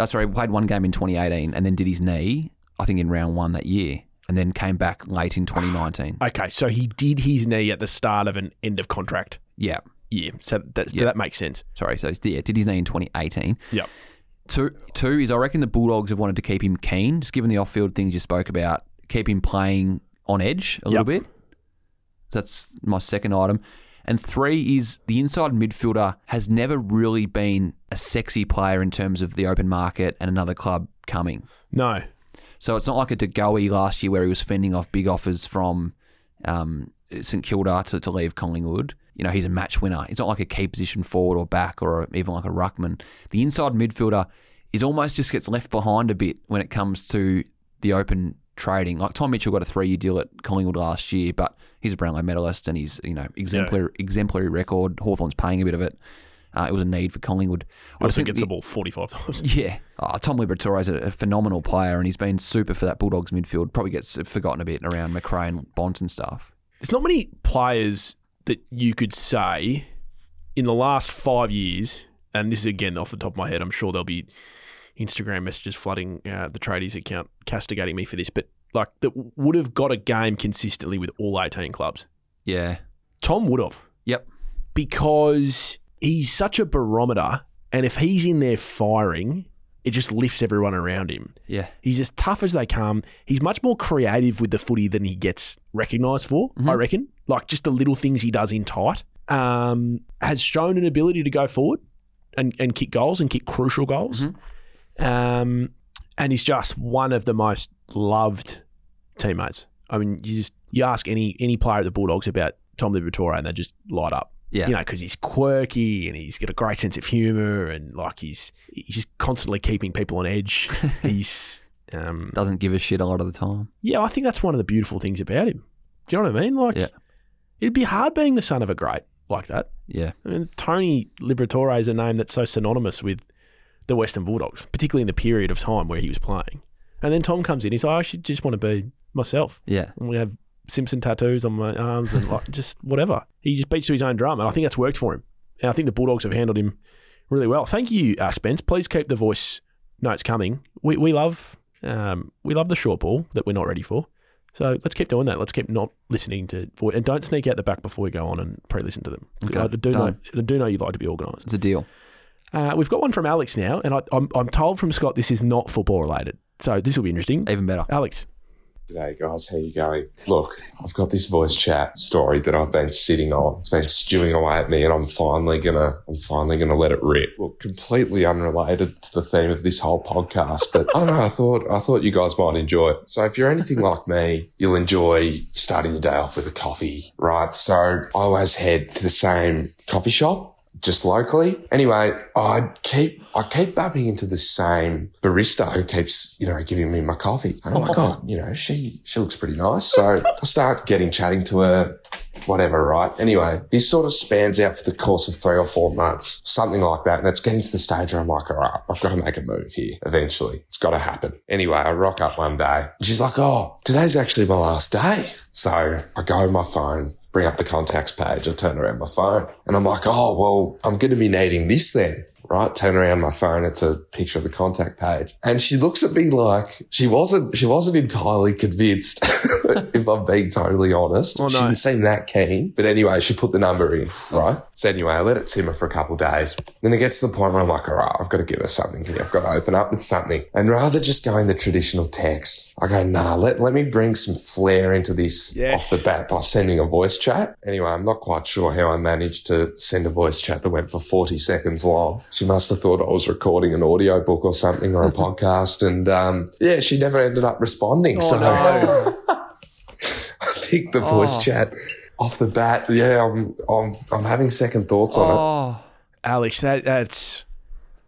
S2: oh, sorry, played one game in 2018 and then did his knee, I think, in round one that year, and then came back late in 2019.
S1: Okay, so he did his knee at the start of an end of contract
S2: yeah,
S1: year. So that
S2: Yeah.
S1: that makes sense.
S2: sorry. So he's- yeah, did his knee in 2018.
S1: Yep.
S2: Two, two is I reckon the Bulldogs have wanted to keep him keen, just given the off-field things you spoke about, keep him playing on edge a
S1: Yep.
S2: little bit. That's my second item. And three is the inside midfielder has never really been a sexy player in terms of the open market and another club coming.
S1: No,
S2: So it's not like a De Goey last year where he was fending off big offers from um, St Kilda to, to leave Collingwood. You know, he's a match winner. It's not like a key position forward or back or even like a ruckman. The inside midfielder is almost just gets left behind a bit when it comes to the open trading. Like Tom Mitchell got a three year deal at Collingwood last year, but he's a Brownlow medalist and he's, you know, exemplary, exemplary record. Hawthorn's paying a bit of it. Uh, it was a need for Collingwood.
S1: I also
S2: think
S1: gets
S2: the-
S1: the ball forty five times.
S2: yeah. Oh, Tom Liberatore is a, a phenomenal player and he's been super for that Bulldogs midfield. Probably gets forgotten a bit around McRae and Bont and stuff.
S1: There's not many players that you could say in the last five years, and this is again off the top of my head, I'm sure there'll be Instagram messages flooding uh, the tradies account castigating me for this, but like that would have got a game consistently with all 18 clubs.
S2: Yeah.
S1: Tom would have
S2: Yep.
S1: because he's such a barometer, and if he's in there firing, it just lifts everyone around him.
S2: Yeah.
S1: He's as tough as they come. He's much more creative with the footy than he gets recognised for, I reckon. Like just the little things he does in tight. Um, has shown an ability to go forward and, and kick goals and kick crucial goals. Um, and he's just one of the most loved teammates. I mean, you just you ask any any player at the Bulldogs about Tom Liberatore and they just light up
S2: Yeah.
S1: you know, because he's quirky and he's got a great sense of humor and like he's he's just constantly keeping people on edge. he's um,
S2: Doesn't give a shit a lot of the time.
S1: yeah, I think that's one of the beautiful things about him. Do you know what I mean? Like,
S2: Yeah.
S1: it'd be hard being the son of a great like that.
S2: Yeah.
S1: I mean, Tony Liberatore is a name that's so synonymous with the Western Bulldogs, particularly in the period of time where he was playing. And then Tom comes in, he's like, I should just want to be myself.
S2: Yeah.
S1: And we have Simpson tattoos on my arms and like just whatever. He just beats to his own drum, and I think that's worked for him. And I think the Bulldogs have handled him really well. Thank you, uh, Spence. Please keep the voice notes coming. We we love um, we love the short ball that we're not ready for. So let's keep doing that. Let's keep not listening to voice and don't sneak out the back before we go on and pre-listen to them.
S2: Okay,
S1: I do know
S2: done.
S1: I do know you like to be organised.
S2: It's a deal.
S1: Uh, we've got one from Alex now, and I, I'm, I'm told from Scott this is not football related. So this will be interesting.
S2: Even better.
S1: Alex,
S6: G'day, guys. How you going? Look, I've got this voice chat story that I've been sitting on. It's been stewing away at me, and I'm finally gonna, I'm finally gonna let it rip. Well, completely unrelated to the theme of this whole podcast, but I don't know. I thought, I thought you guys might enjoy it. So, if you're anything like me, you'll enjoy starting your day off with a coffee, right? So, I always head to the same coffee shop just locally. Anyway, I keep I keep bumping into the same barista who keeps, you know, giving me my coffee. And oh my god, you know, she she looks pretty nice. So I start getting chatting to her, whatever, right? Anyway, this sort of spans out for the course of three or four months, something like that. And it's getting to the stage where I'm like, all right, I've got to make a move here eventually. It's got to happen. Anyway, I rock up one day. And she's like, oh, today's actually my last day. So I go on my phone, bring up the contacts page. I turn around my phone and I'm like, oh, well, I'm going to be needing this then. Right, turn around my phone. It's a picture of the contact page, and she looks at me like she wasn't. She wasn't entirely convinced. if I'm being totally honest, she didn't seem that keen. But anyway, she put the number in. Right. So anyway, I let it simmer for a couple of days. Then it gets to the point where I'm like, all right, I've got to give her something here. I've got to open up with something. And rather just going the traditional text, I go, nah. Let let me bring some flair into this
S1: Yes.
S6: off the bat by sending a voice chat. Anyway, I'm not quite sure how I managed to send a voice chat that went for 40 seconds long. She must have thought I was recording an audio book or something or a podcast. And um, yeah, she never ended up responding. so I think the voice
S2: Oh.
S6: chat off the bat, yeah, I'm, I'm, I'm having second thoughts on it.
S2: Oh,
S1: Alex, that that's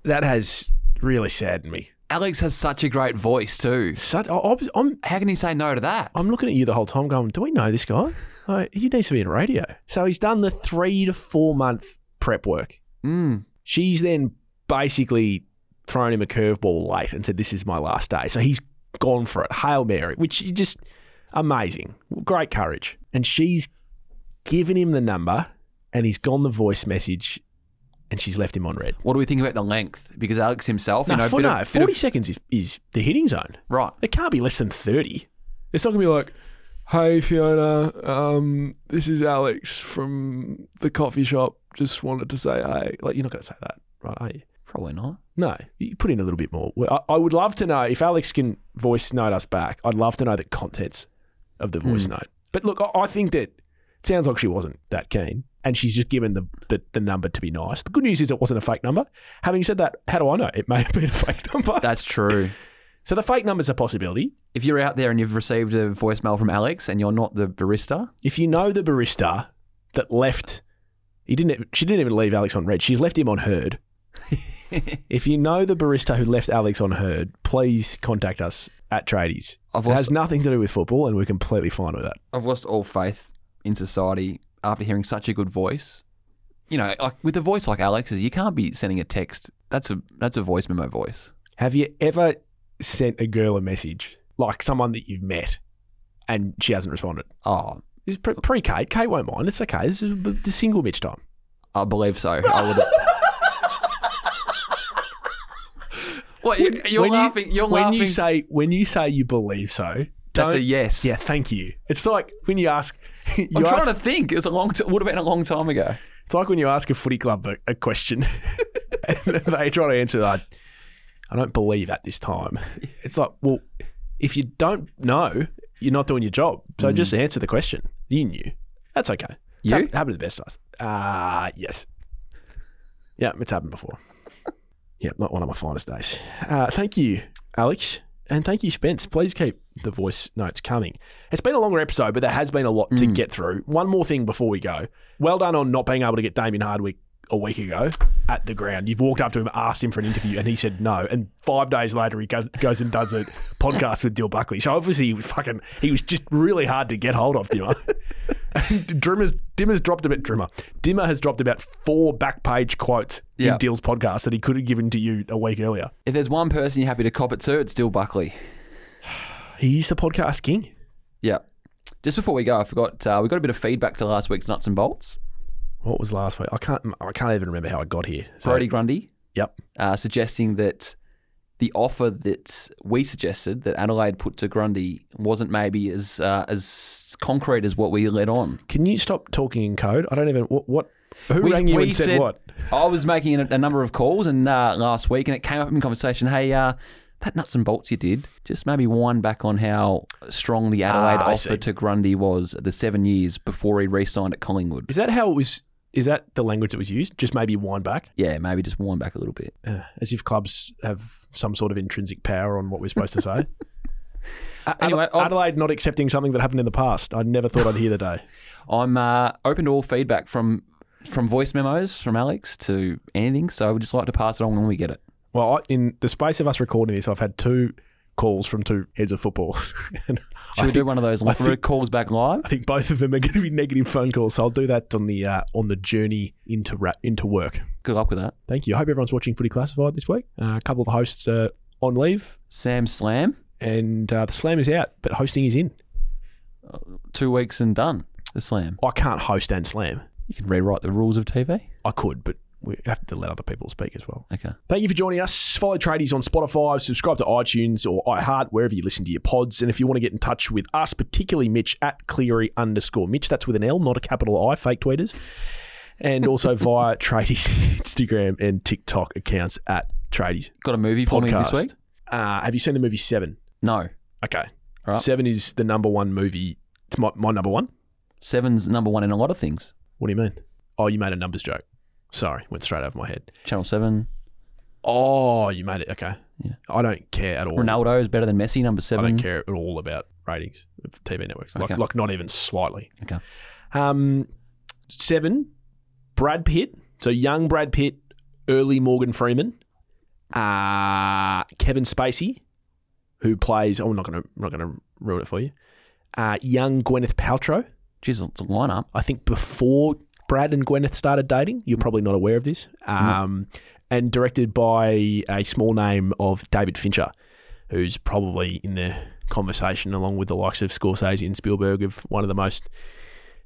S1: that has really saddened me.
S2: Alex has such a great voice too.
S1: Such, I, I was, I'm
S2: How can he say no to that?
S1: I'm looking at you the whole time, going, do we know this guy? Like, he needs to be in radio. So he's done the three to four month prep work.
S2: Mm.
S1: She's then basically thrown him a curveball late and said, "This is my last day." So he's gone for it, hail mary, which is just amazing, great courage. And she's given him the number, and he's gone the voice message, and she's left him on red.
S2: What do we think about the length? Because Alex himself, you
S1: no,
S2: know,
S1: for,
S2: bit
S1: no
S2: of- bit of-
S1: forty seconds is, is the hitting zone.
S2: right.
S1: It can't be less than thirty. It's not gonna be like. Hey Fiona, um, this is Alex from the coffee shop. Just wanted to say hey. Like you're not going to say that, right? Are you?
S2: Probably not.
S1: No, you put in a little bit more. I, I would love to know if Alex can voice note us back. I'd love to know the contents of the voice
S2: Hmm.
S1: note. But look, I, I think that it sounds like she wasn't that keen, and she's just given the, the the number to be nice. The good news is it wasn't a fake number. Having said that, how do I know it may have been a fake number?
S2: That's true.
S1: so the fake number's a possibility.
S2: if you're out there and you've received a voicemail from Alex and you're not the barista,
S1: If you know the barista that left, he didn't. e, She didn't even leave Alex on red. She's left him on heard. if you know the barista who left Alex on heard, please contact us at Tradies.
S2: I've
S1: It
S2: lost,
S1: has nothing to do with football, and we're completely fine with that.
S2: I've lost all faith in society after hearing such a good voice. You know, like with a voice like Alex's, you can't be sending a text. That's a that's a voice memo voice.
S1: Have you ever sent a girl a message, like someone that you've met, and she hasn't responded?
S2: Oh,
S1: This is pre- pre-Kate. Kate won't mind. It's okay. This is the single Mitch time.
S2: I believe so. I would. What you, you're
S1: When you-
S2: laughing? You, are
S1: when
S2: laughing.
S1: you say when you say you believe so.
S2: that's a
S1: don't-
S2: yes.
S1: Yeah, thank you. It's like when you ask. You
S2: I'm trying
S1: ask-
S2: to think. It was a long. T- would have been a long time ago.
S1: It's like when you ask a footy club a, a question and they try to answer that. I don't believe at this time. It's like, well, if you don't know, you're not doing your job. So just answer the question. You knew. That's okay. It's
S2: You?
S1: hap- happened to the best of us. Ah, yes. Yeah, it's happened before. Yeah, not one of my finest days. Uh, thank you, Alex. And thank you, Spence. Please keep the voice notes coming. It's been a longer episode, but there has been a lot to get through. One more thing before we go. Well done on not being able to get Damien Hardwick a week ago at the ground. You've walked up to him, asked him for an interview, and he said no. And five days later, he goes, goes and does a podcast with Dill Buckley. So obviously, he was fucking, he was just really hard to get hold of, Dimmer. and Dimmer's, Dimmer's dropped about, Dimmer, Dimmer has dropped about four back page quotes
S2: Yeah.
S1: in Dill's podcast that he could have given to you a week earlier.
S2: If there's one person you're happy to cop it to, it's still Buckley.
S1: He's the podcast king.
S2: Yeah. Just before we go, I forgot uh, we got a bit of feedback to last week's nuts and bolts.
S1: What was last week? I can't. I can't even remember how I got here. So,
S2: Brody Grundy
S1: Yep.
S2: uh, suggesting that the offer that we suggested that Adelaide put to Grundy wasn't maybe as uh, as concrete as what we led on.
S1: Can you stop talking in code? I don't even. What? what who
S2: We-
S1: rang you
S2: we
S1: and said, what?
S2: I was making a, a number of calls and uh, last week, and it came up in conversation. Hey, uh, that nuts and bolts you did, just maybe wind back on how strong the Adelaide
S1: Ah, I
S2: offer
S1: see.
S2: to Grundy was the seven years before he re-signed at Collingwood.
S1: Is that how it was? Is that the language that was used? Just maybe wind back,
S2: Yeah, maybe just wind back a little bit.
S1: Uh, as if clubs have some sort of intrinsic power on what we're supposed to say. A-
S2: Anyway,
S1: Adela-
S2: I'll-
S1: Adelaide not accepting something that happened in the past. I never thought I'd hear the day.
S2: I'm uh, open to all feedback from from voice memos from Alex to anything. So I would just like to pass it on when we get it.
S1: Well, I, in the space of us recording this, I've had two calls from two heads of football, and
S2: Should
S1: I,
S2: we
S1: think,
S2: do one of those
S1: I think-
S2: calls back live?
S1: I think both of them are going to be negative phone calls. So I'll do that on the uh, on the journey into ra- into work.
S2: Good luck with that.
S1: Thank you. I hope everyone's watching Footy Classified this week. Uh, a couple of the hosts are on leave,
S2: Sam Slam,
S1: and uh, the slam is out, but hosting is in.
S2: two weeks and done. The Slam.
S1: I can't host and slam.
S2: You can rewrite the rules of TV.
S1: I could, but we have to let other people speak as well.
S2: Okay.
S1: Thank you for joining us. Follow Tradies on Spotify, subscribe to iTunes or iHeart, wherever you listen to your pods. And if you want to get in touch with us, particularly Mitch at Cleary underscore Mitch, that's with an L, not a capital I, fake tweeters. And also via Tradies Instagram and TikTok accounts at Tradies
S2: Got a movie for me
S1: Podcast.
S2: this week?
S1: Uh, have you seen the movie Seven?
S2: No.
S1: Okay.
S2: All right.
S1: Seven is the number one movie. It's my, my number one.
S2: Seven's number one in a lot of things.
S1: What do you mean? Oh, you made a numbers joke. Sorry, went straight over my head.
S2: Channel Seven.
S1: Oh, you made it. Okay.
S2: Yeah.
S1: I don't care at all.
S2: Ronaldo is better than Messi. Number
S1: I
S2: seven.
S1: don't care at all about ratings of TV networks. Like,
S2: Okay.
S1: like not even slightly.
S2: Okay.
S1: Um, seven, Brad Pitt. So young Brad Pitt, early Morgan Freeman, uh, Kevin Spacey, who plays. Oh, I'm not gonna, I'm not gonna ruin it for you. Uh, young Gwyneth Paltrow.
S2: Jeez, it's a lineup.
S1: I think before Brad and Gwyneth started dating. You're probably not aware of this. Um, And directed by a small name of David Fincher, who's probably in the conversation along with the likes of Scorsese and Spielberg of one of the most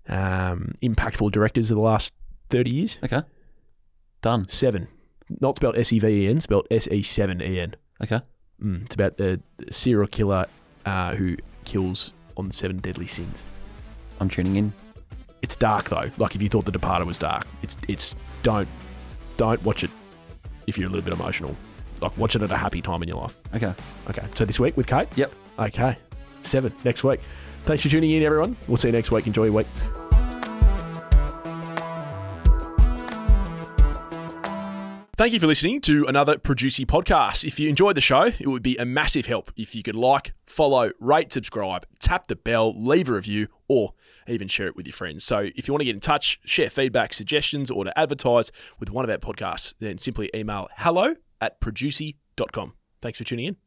S1: um, impactful directors of the last 30 years.
S2: Okay. Done.
S1: Seven. Not spelled S E V E N, spelled S E 7 E N.
S2: Okay.
S1: Mm, it's about a serial killer uh, who kills on seven deadly sins.
S2: I'm tuning in.
S1: It's dark though. Like if you thought The Departed was dark, it's it's don't don't watch it if you're a little bit emotional. Like watch it at a happy time in your life.
S2: Okay.
S1: Okay. So this week with Kate.
S2: Yep.
S1: Okay. Seven next week. Thanks for tuning in, everyone. We'll see you next week. Enjoy your week. Thank you for listening to another Producy podcast. If you enjoyed the show, it would be a massive help if you could like, follow, rate, subscribe, tap the bell, leave a review, or even share it with your friends. So if you want to get in touch, share feedback, suggestions, or to advertise with one of our podcasts, then simply email hello at producy.com. Thanks for tuning in.